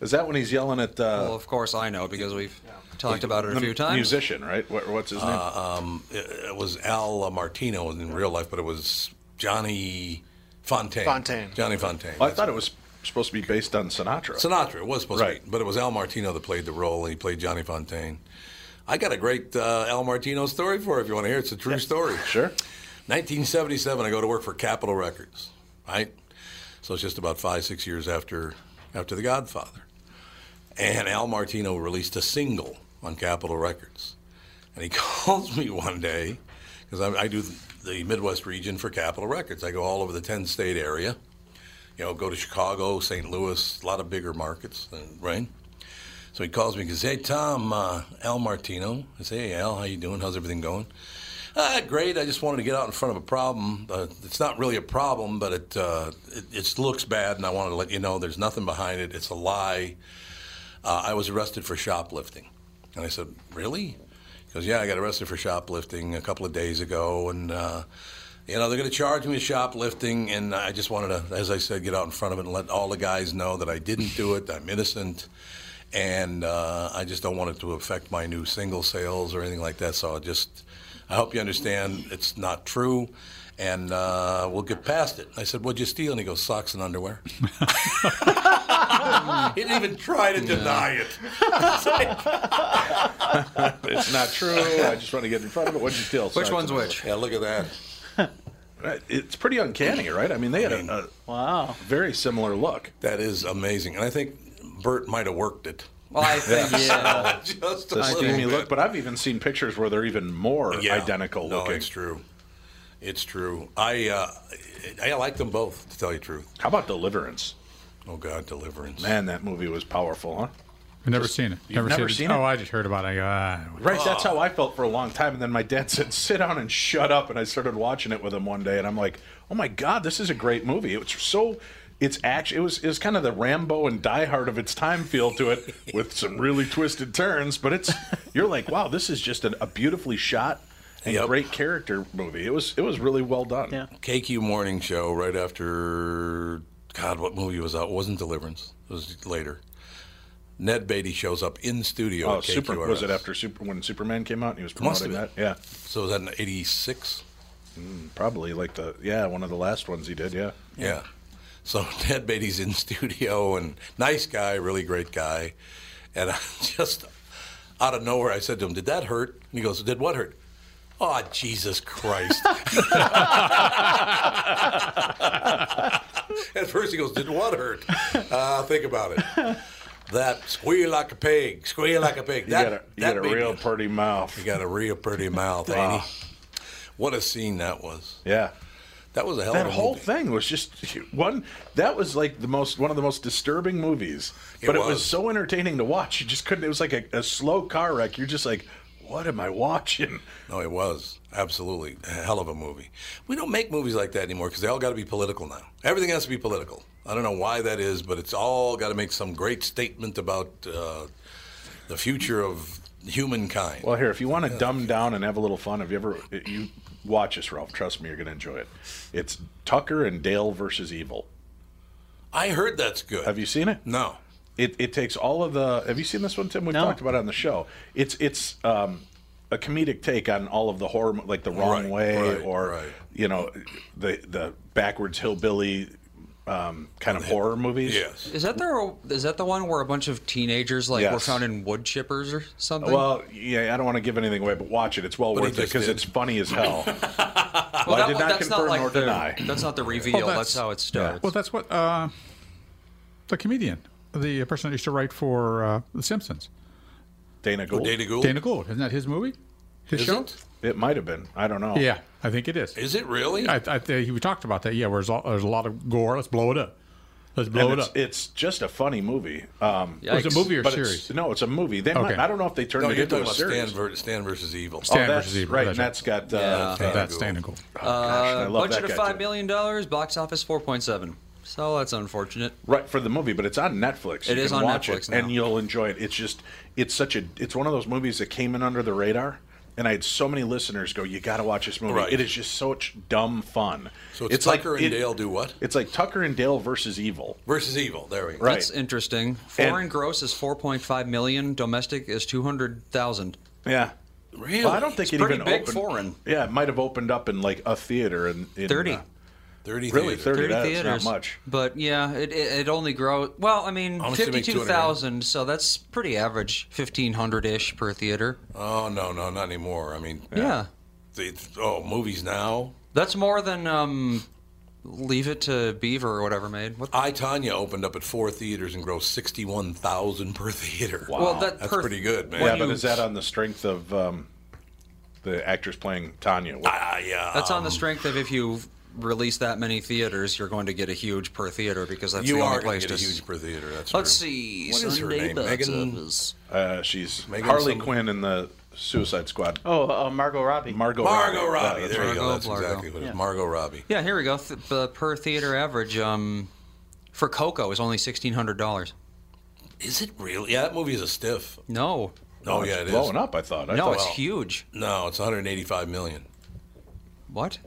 Speaker 2: Is that when he's yelling at? Uh,
Speaker 7: Well, of course I know because we've talked about it a
Speaker 2: The
Speaker 7: few times.
Speaker 2: Musician, right? What, what's his name?
Speaker 1: Uh, um, it, it was Al Martino in real life, but it was Johnny Fontaine.
Speaker 8: Fontaine.
Speaker 1: Johnny Fontaine.
Speaker 2: Well, I thought it was supposed to be based on Sinatra.
Speaker 1: Sinatra. It was supposed
Speaker 2: Right.
Speaker 1: to be, but it was Al Martino that played the role, and he played Johnny Fontaine. I got a great uh, Al Martino story for you if you want to hear. it. It's a true story.
Speaker 2: Sure.
Speaker 1: 1977, I go to work for Capitol Records, right? So it's just about five, six years after after The Godfather, and Al Martino released a single on Capitol Records, and he <laughs> calls me one day because I, I do the Midwest region for Capitol Records. I go all over the 10 state area you know, go to Chicago, St. Louis, a lot of bigger markets, than- right? So he calls me and says, "Hey Tom, uh, Al Martino." I say, "Hey Al, how you doing? How's everything going?" Ah, great. I just wanted to get out in front of a problem. Uh, it's not really a problem, but it, uh, it it looks bad, and I wanted to let you know there's nothing behind it. It's a lie. Uh, I was arrested for shoplifting, and I said, "Really?" He goes, "Yeah, I got arrested for shoplifting a couple of days ago, and." Uh, you know, they're going to charge me with shoplifting, and I just wanted to, as I said, get out in front of it and let all the guys know that I didn't do it, I'm innocent, and uh, I just don't want it to affect my new single sales or anything like that. So I just, I hope you understand it's not true, and uh, we'll get past it. I said, What'd you steal? And he goes, Socks and underwear. <laughs> he didn't even try to deny it.
Speaker 2: <laughs> it's not true. I just want to get in front of it. What'd you steal?
Speaker 7: Which one's
Speaker 2: which?
Speaker 1: Yeah, look at that.
Speaker 2: Right, It's pretty uncanny, right? I mean, they had a, a wow very similar look.
Speaker 1: That is amazing, and I think Bert might have worked it.
Speaker 7: Well, Oh,
Speaker 1: <laughs>
Speaker 7: I think, yeah.
Speaker 2: <laughs>
Speaker 1: Just a
Speaker 2: the
Speaker 1: little
Speaker 2: steamy
Speaker 1: bit.
Speaker 2: look. But I've even seen pictures where they're even more
Speaker 1: Yeah.
Speaker 2: identical
Speaker 1: No,
Speaker 2: looking.
Speaker 1: it's true. It's true. I uh, I I like them both, to tell you the truth.
Speaker 2: How about Deliverance?
Speaker 1: Oh God, Deliverance.
Speaker 2: Man, that movie was powerful, huh?
Speaker 5: I've never seen it.
Speaker 2: you've never seen it?
Speaker 5: Oh, I just heard about it. I go, ah,
Speaker 2: Right, that's how I felt for a long time. And then my dad <laughs> said, sit down and shut up. And I started watching it with him one day. And I'm like, oh my God, this is a great movie. It was so, it's action. It was, it was kind of the Rambo and Die Hard of its time feel to
Speaker 1: <laughs>
Speaker 2: it with some really twisted turns. But it's, you're like, wow, this is just an, a beautifully shot and great character movie. It was, it was really well done. Yeah.
Speaker 1: KQ morning show right after God, what movie was out? It wasn't Deliverance. It was later. Ned Beatty shows up in studio.
Speaker 2: Oh,
Speaker 1: at
Speaker 2: Super,
Speaker 1: KQRS.
Speaker 2: was it after Super, when Superman came out and he was
Speaker 1: Must have
Speaker 2: promoting that?
Speaker 1: been.
Speaker 2: Yeah.
Speaker 1: So was that in '86?
Speaker 2: probably like the, yeah, one of the last ones he did. Yeah.
Speaker 1: Yeah. So <laughs> Ted Beatty's in studio and nice guy, really great guy. And I <laughs> just out of nowhere, I said to him, Did that hurt? And he goes, Did what hurt? Oh, Jesus Christ. <laughs> At first, he goes, Did what hurt? Uh, think about it. That squeal like a pig, squeal like a pig.
Speaker 2: You
Speaker 1: That,
Speaker 2: got a- you
Speaker 1: that
Speaker 2: got a
Speaker 1: made me-
Speaker 2: real pretty mouth. Ah.
Speaker 1: You got a real pretty mouth, ain't
Speaker 2: Wow.
Speaker 1: he? What a scene that was.
Speaker 2: Yeah.
Speaker 1: That was a hell
Speaker 2: that
Speaker 1: of a
Speaker 2: whole
Speaker 1: movie.
Speaker 2: thing was just <laughs> one. That was like the most one of the most disturbing movies,
Speaker 1: It
Speaker 2: but it was
Speaker 1: was.
Speaker 2: so entertaining to watch. You just couldn't. It was like a, a slow car wreck. You're just like, what am I watching?
Speaker 1: No, it was absolutely a hell of a movie. We don't make movies like that anymore because they all got to be political now. Everything has to be political. I don't know why that is, but it's all got to make some great statement about uh, the future of humankind.
Speaker 2: Well, here, if you want to dumb down and have a little fun, have you ever you watch this, Ralph? Trust me, you're gonna enjoy it. It's Tucker and Dale versus Evil.
Speaker 1: I heard that's good.
Speaker 2: Have you seen it?
Speaker 1: No.
Speaker 2: It, it takes all of the. Have you seen this one, Tim? We've talked about it on the show. It's it's um, a comedic take on all of the horror, mo- like the wrong
Speaker 1: Right,
Speaker 2: way,
Speaker 1: right,
Speaker 2: or
Speaker 1: right.
Speaker 2: you know, the the backwards hillbilly um, kind of horror movies.
Speaker 7: Is that there? Is that the one where a bunch of teenagers like were
Speaker 2: Yes.
Speaker 7: found in wood chippers or something?
Speaker 2: Well, yeah, I don't want to give anything away, but watch it. It's well
Speaker 7: But he
Speaker 2: worth it
Speaker 7: just
Speaker 2: because
Speaker 7: did.
Speaker 2: it's funny as hell. I
Speaker 7: Well, that
Speaker 2: did
Speaker 7: one-
Speaker 2: not
Speaker 7: that's
Speaker 2: confirm
Speaker 7: like
Speaker 2: nor
Speaker 7: the-
Speaker 2: deny.
Speaker 7: That's not the reveal.
Speaker 5: Well,
Speaker 7: that's,
Speaker 5: that's-
Speaker 7: how it starts.
Speaker 5: Well, that's what uh, the comedian, the person that used to write for uh, The Simpsons,
Speaker 2: Dana Gould.
Speaker 1: Dana Oh, Gould.
Speaker 5: Oh, Dana Gould. Isn't that his movie? His
Speaker 2: Is
Speaker 5: show?
Speaker 2: it? It might have been. I don't know.
Speaker 5: Yeah, I think it is.
Speaker 1: Oh. Is it really?
Speaker 5: I, I, think we talked about that. Yeah, where there's, all, there's a lot of gore. Let's blow it up. Let's
Speaker 2: And
Speaker 5: blow it
Speaker 2: it's,
Speaker 5: up.
Speaker 2: it's just a funny movie. Um,
Speaker 5: It was a Yikes. movie or
Speaker 2: but it's-
Speaker 5: series?
Speaker 2: No, it's a movie. They might,
Speaker 5: Okay.
Speaker 2: I don't know if they turned
Speaker 1: No,
Speaker 2: it
Speaker 1: you're
Speaker 2: into
Speaker 1: talking
Speaker 2: a
Speaker 1: about
Speaker 2: series.
Speaker 1: Stan, ver- Stan versus Evil.
Speaker 2: Stan that's versus Evil, right, that's and right. that's got, uh, Yeah. Stan
Speaker 5: that's
Speaker 2: Gould.
Speaker 5: Dana Gould.
Speaker 2: Oh, gosh, I
Speaker 7: uh,
Speaker 2: love
Speaker 7: budget
Speaker 2: that
Speaker 7: of
Speaker 2: guy,
Speaker 7: five million dollars, box office four point seven. So that's unfortunate.
Speaker 2: Right for the movie, but it's on Netflix.
Speaker 7: It
Speaker 2: You
Speaker 7: is
Speaker 2: can
Speaker 7: on
Speaker 2: watch
Speaker 7: Netflix
Speaker 2: it,
Speaker 7: now.
Speaker 2: and you'll enjoy it. It's just it's such a it's one of those movies that came in under the radar, and I had so many listeners go, "You got to watch this movie."
Speaker 1: Right.
Speaker 2: It is just such dumb fun.
Speaker 1: So it's, Tucker
Speaker 2: like,
Speaker 1: and
Speaker 2: it-
Speaker 1: Dale do what?
Speaker 2: It's like Tucker and Dale versus Evil.
Speaker 1: Versus Evil. There we go.
Speaker 2: Right.
Speaker 7: That's interesting. Foreign
Speaker 2: And-
Speaker 7: gross is four point five million. Domestic is two hundred thousand.
Speaker 2: Yeah.
Speaker 7: Really?
Speaker 2: Well, I don't think
Speaker 7: It's
Speaker 2: it
Speaker 7: pretty
Speaker 2: even
Speaker 7: big
Speaker 2: opened.
Speaker 7: foreign.
Speaker 2: Yeah, it might have opened up in like a theater and in,
Speaker 7: 30.
Speaker 2: uh,
Speaker 1: 30
Speaker 2: really
Speaker 1: theaters.
Speaker 2: 30,
Speaker 7: 30
Speaker 2: that's
Speaker 7: theaters.
Speaker 2: not much.
Speaker 7: But yeah, it, it, it only grows. Well, I mean,
Speaker 1: How much do they make?
Speaker 7: 52,000, so that's pretty average, 1,500 ish per theater.
Speaker 1: Oh, no, no, not anymore. I mean,
Speaker 7: Yeah.
Speaker 1: They, oh, movies now.
Speaker 7: That's more than um, Leave It to Beaver or whatever made. What
Speaker 1: I Tanya opened up at four theaters and grossed sixty-one thousand per theater.
Speaker 7: Well, that
Speaker 1: that's
Speaker 7: per-
Speaker 1: pretty good, man.
Speaker 2: Yeah, but is that on the strength of um, the actress playing Tanya?
Speaker 1: Ah, yeah.
Speaker 7: That's on the strength of if you release that many theaters, you're going to get a huge per theater because that's
Speaker 1: you
Speaker 7: the
Speaker 1: are
Speaker 7: only
Speaker 1: going
Speaker 7: place
Speaker 1: to get a
Speaker 7: to.
Speaker 1: huge per theater. That's
Speaker 7: Let's
Speaker 1: true.
Speaker 7: see,
Speaker 1: What is her
Speaker 7: Sunday
Speaker 1: name?
Speaker 7: box
Speaker 1: Megan.
Speaker 7: office.
Speaker 2: Uh, she's
Speaker 1: Megan
Speaker 2: Harley
Speaker 1: something.
Speaker 2: Quinn in the Suicide Squad.
Speaker 4: Oh, uh, Margot Robbie.
Speaker 2: Margot,
Speaker 1: Margot
Speaker 2: Robbie.
Speaker 1: Robbie.
Speaker 2: Yeah, that's
Speaker 1: there you go.
Speaker 7: Margot
Speaker 1: That's
Speaker 7: Blargo.
Speaker 1: exactly what it is.
Speaker 7: Yeah.
Speaker 1: Margot Robbie.
Speaker 7: Yeah, here we go. Th- the per theater average um, for Coco is only $1,600.
Speaker 1: Is it really? Yeah, that movie is a stiff.
Speaker 7: No.
Speaker 1: Oh,
Speaker 2: it's
Speaker 1: yeah, it is.
Speaker 2: blowing up. I thought. I
Speaker 7: no,
Speaker 2: thought,
Speaker 7: it's huge.
Speaker 1: No, it's 185 million.
Speaker 7: What?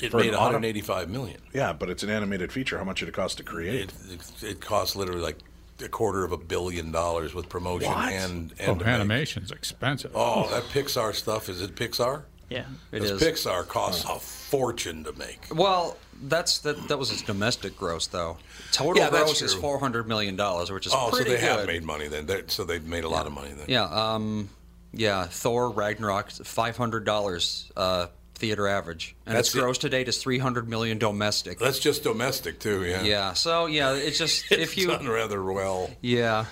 Speaker 1: It
Speaker 2: For an
Speaker 1: made
Speaker 2: auto-
Speaker 1: 185 million.
Speaker 2: Yeah, but it's an animated feature. How much did it cost to create?
Speaker 1: It, it, it costs literally like a quarter of a billion dollars with promotion
Speaker 2: What?
Speaker 1: and
Speaker 5: Oh,
Speaker 1: Oh, and to make.
Speaker 5: animation's expensive.
Speaker 1: Oh, that Pixar stuff is it Pixar?
Speaker 4: Yeah.
Speaker 7: It
Speaker 1: Because
Speaker 7: is.
Speaker 1: Pixar costs a fortune to make.
Speaker 7: Well, that's that. That was its domestic gross, though. Total
Speaker 1: Yeah, that's
Speaker 7: gross is
Speaker 1: true.
Speaker 7: four hundred million dollars, which is
Speaker 1: oh, so
Speaker 7: pretty
Speaker 1: they
Speaker 7: good.
Speaker 1: have made money then. They're, so they've made a lot of money then.
Speaker 7: Yeah, um, yeah. Thor Ragnarok, five hundred dollars uh, theater average, and
Speaker 1: That's
Speaker 7: its
Speaker 1: it.
Speaker 7: gross to date is three hundred million domestic.
Speaker 1: That's just domestic too. Yeah.
Speaker 7: Yeah. So yeah,
Speaker 1: <laughs>
Speaker 7: it's just if you
Speaker 1: done rather well.
Speaker 7: Yeah.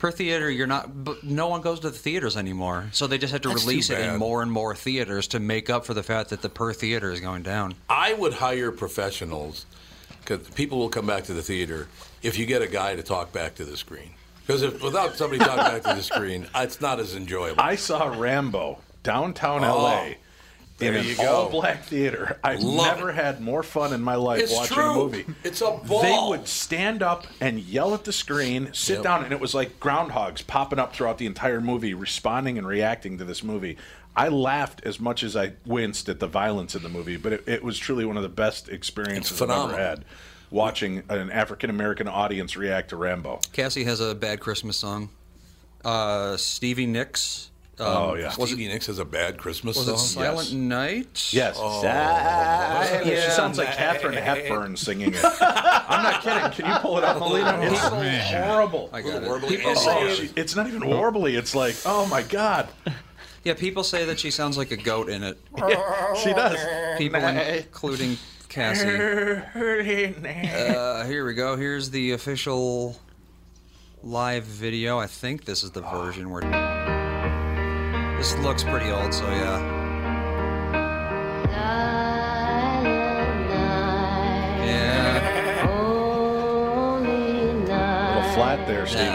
Speaker 7: Per theater, you're not. But no one goes to the theaters anymore, so they just have to
Speaker 1: That's too
Speaker 7: release it in
Speaker 1: bad.
Speaker 7: more and more theaters to make up for the fact that the per theater is going down.
Speaker 1: I would hire professionals because people will come back to the theater if you get a guy to talk back to the screen. Because if without somebody talking back
Speaker 7: <laughs>
Speaker 1: to the screen, it's not as enjoyable.
Speaker 2: I saw Rambo downtown
Speaker 1: Oh,
Speaker 2: LA
Speaker 1: there
Speaker 2: in an
Speaker 1: you go.
Speaker 2: all black theater. I've
Speaker 1: Love
Speaker 2: never had more fun in my life
Speaker 1: It's
Speaker 2: watching
Speaker 1: true.
Speaker 2: a movie.
Speaker 1: It's a
Speaker 2: They
Speaker 1: ball.
Speaker 2: would stand up and yell at the screen, sit
Speaker 1: Yep.
Speaker 2: down, and it was like groundhogs popping up throughout the entire movie, responding and reacting to this movie. I laughed as much as I winced at the violence in the movie, but it, it was truly one of the best experiences I've ever
Speaker 7: phenomenal.
Speaker 2: had watching an African American audience react to Rambo.
Speaker 7: Cassie has a bad Christmas song. Uh, Stevie Nicks. um,
Speaker 2: Oh, yeah.
Speaker 7: was it-
Speaker 1: Stevie Nicks has a bad Christmas
Speaker 7: was
Speaker 1: song.
Speaker 7: it Silent Night?
Speaker 2: Yes.
Speaker 7: Oh.
Speaker 2: Silent She
Speaker 7: Yeah.
Speaker 2: sounds like Catherine Hepburn singing it. I'm not kidding. Can you pull it up, Molina? It's
Speaker 7: Oh, man.
Speaker 2: horrible.
Speaker 7: I got it.
Speaker 2: People say she- it's not even warbly. It's like, oh my god.
Speaker 7: Yeah, people say that she sounds like a goat in it.
Speaker 2: <laughs> she does.
Speaker 7: People, including
Speaker 2: <laughs>
Speaker 7: Cassie.
Speaker 15: <laughs>
Speaker 7: Uh, here we go. Here's the official live video. I think this is the version where. This looks pretty old, so yeah. Yeah.
Speaker 2: little flat there, Stevie.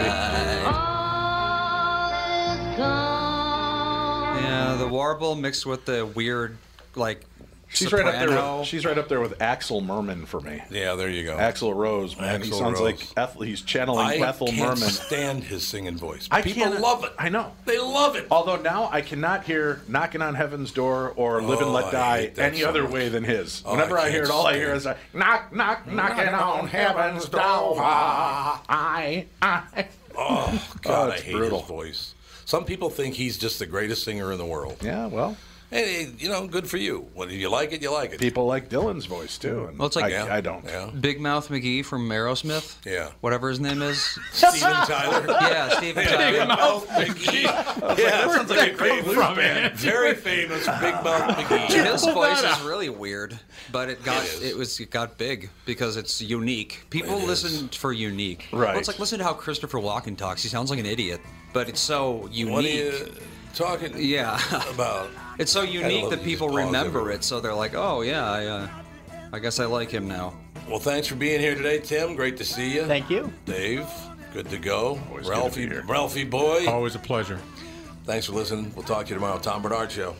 Speaker 7: Yeah, the warble mixed with the weird, like.
Speaker 2: She's
Speaker 7: soprano.
Speaker 2: right up there. With, she's right up there with Axel Merman for me.
Speaker 1: Yeah, there you go.
Speaker 2: Axel Rose, man. he
Speaker 1: Axl
Speaker 2: sounds
Speaker 1: Rose.
Speaker 2: like Ethel, he's channeling
Speaker 1: I
Speaker 2: Ethel
Speaker 1: can't
Speaker 2: Merman.
Speaker 1: stand his singing voice.
Speaker 2: I
Speaker 1: People
Speaker 2: can't-
Speaker 1: love it.
Speaker 2: I know.
Speaker 1: They love it.
Speaker 2: Although now I cannot hear "Knocking on Heaven's Door" or "Live and
Speaker 1: Oh,
Speaker 2: Let
Speaker 1: I
Speaker 2: Die"
Speaker 1: hate that
Speaker 2: any
Speaker 1: so
Speaker 2: other
Speaker 1: much.
Speaker 2: way than his.
Speaker 1: Oh,
Speaker 2: Whenever
Speaker 1: I
Speaker 2: I, hear it,
Speaker 1: can't
Speaker 2: all I hear
Speaker 1: stand
Speaker 2: is a knock, knock, knocking on heaven's door. I, I.
Speaker 1: Oh God, I
Speaker 2: it's
Speaker 1: hate
Speaker 2: brutal.
Speaker 1: his voice. Some people think he's just the greatest singer in the world.
Speaker 2: Yeah, well,
Speaker 1: Hey, you know, good for you. Well, if you like it, you like it.
Speaker 2: people like Dylan's voice too, and
Speaker 7: Well, it's like-
Speaker 2: I,
Speaker 7: Yeah.
Speaker 2: I don't.
Speaker 7: Big Mouth McGee from Aerosmith.
Speaker 1: Yeah.
Speaker 7: Whatever his name is.
Speaker 1: <laughs> Steven Tyler.
Speaker 7: Yeah, Steven Tyler.
Speaker 1: Mouth McGee. <laughs> Yeah, that sounds like a great blues band. Very famous Big Mouth McGee.
Speaker 7: <laughs> His voice is really weird, but it got it, was it got big because it's unique. People listen for unique. Well,
Speaker 1: Right.
Speaker 7: it's like listen to how Christopher Walken talks. He sounds like an idiot, but it's so unique.
Speaker 1: What are you talking
Speaker 7: yeah.
Speaker 1: about?
Speaker 7: It's so unique
Speaker 1: love
Speaker 7: that
Speaker 1: that you
Speaker 7: people
Speaker 1: just pause
Speaker 7: remember it, so they're like, oh yeah, I, uh, I guess I like him now.
Speaker 1: Well, thanks for being here today, Tim. Great to see you. Thank
Speaker 4: you,
Speaker 1: Dave. Good to go.
Speaker 5: good to
Speaker 1: Ralphie,
Speaker 5: be here.
Speaker 1: Ralphie boy.
Speaker 5: Always a pleasure.
Speaker 1: Thanks for listening. We'll talk to you tomorrow. Tom Bernard Show.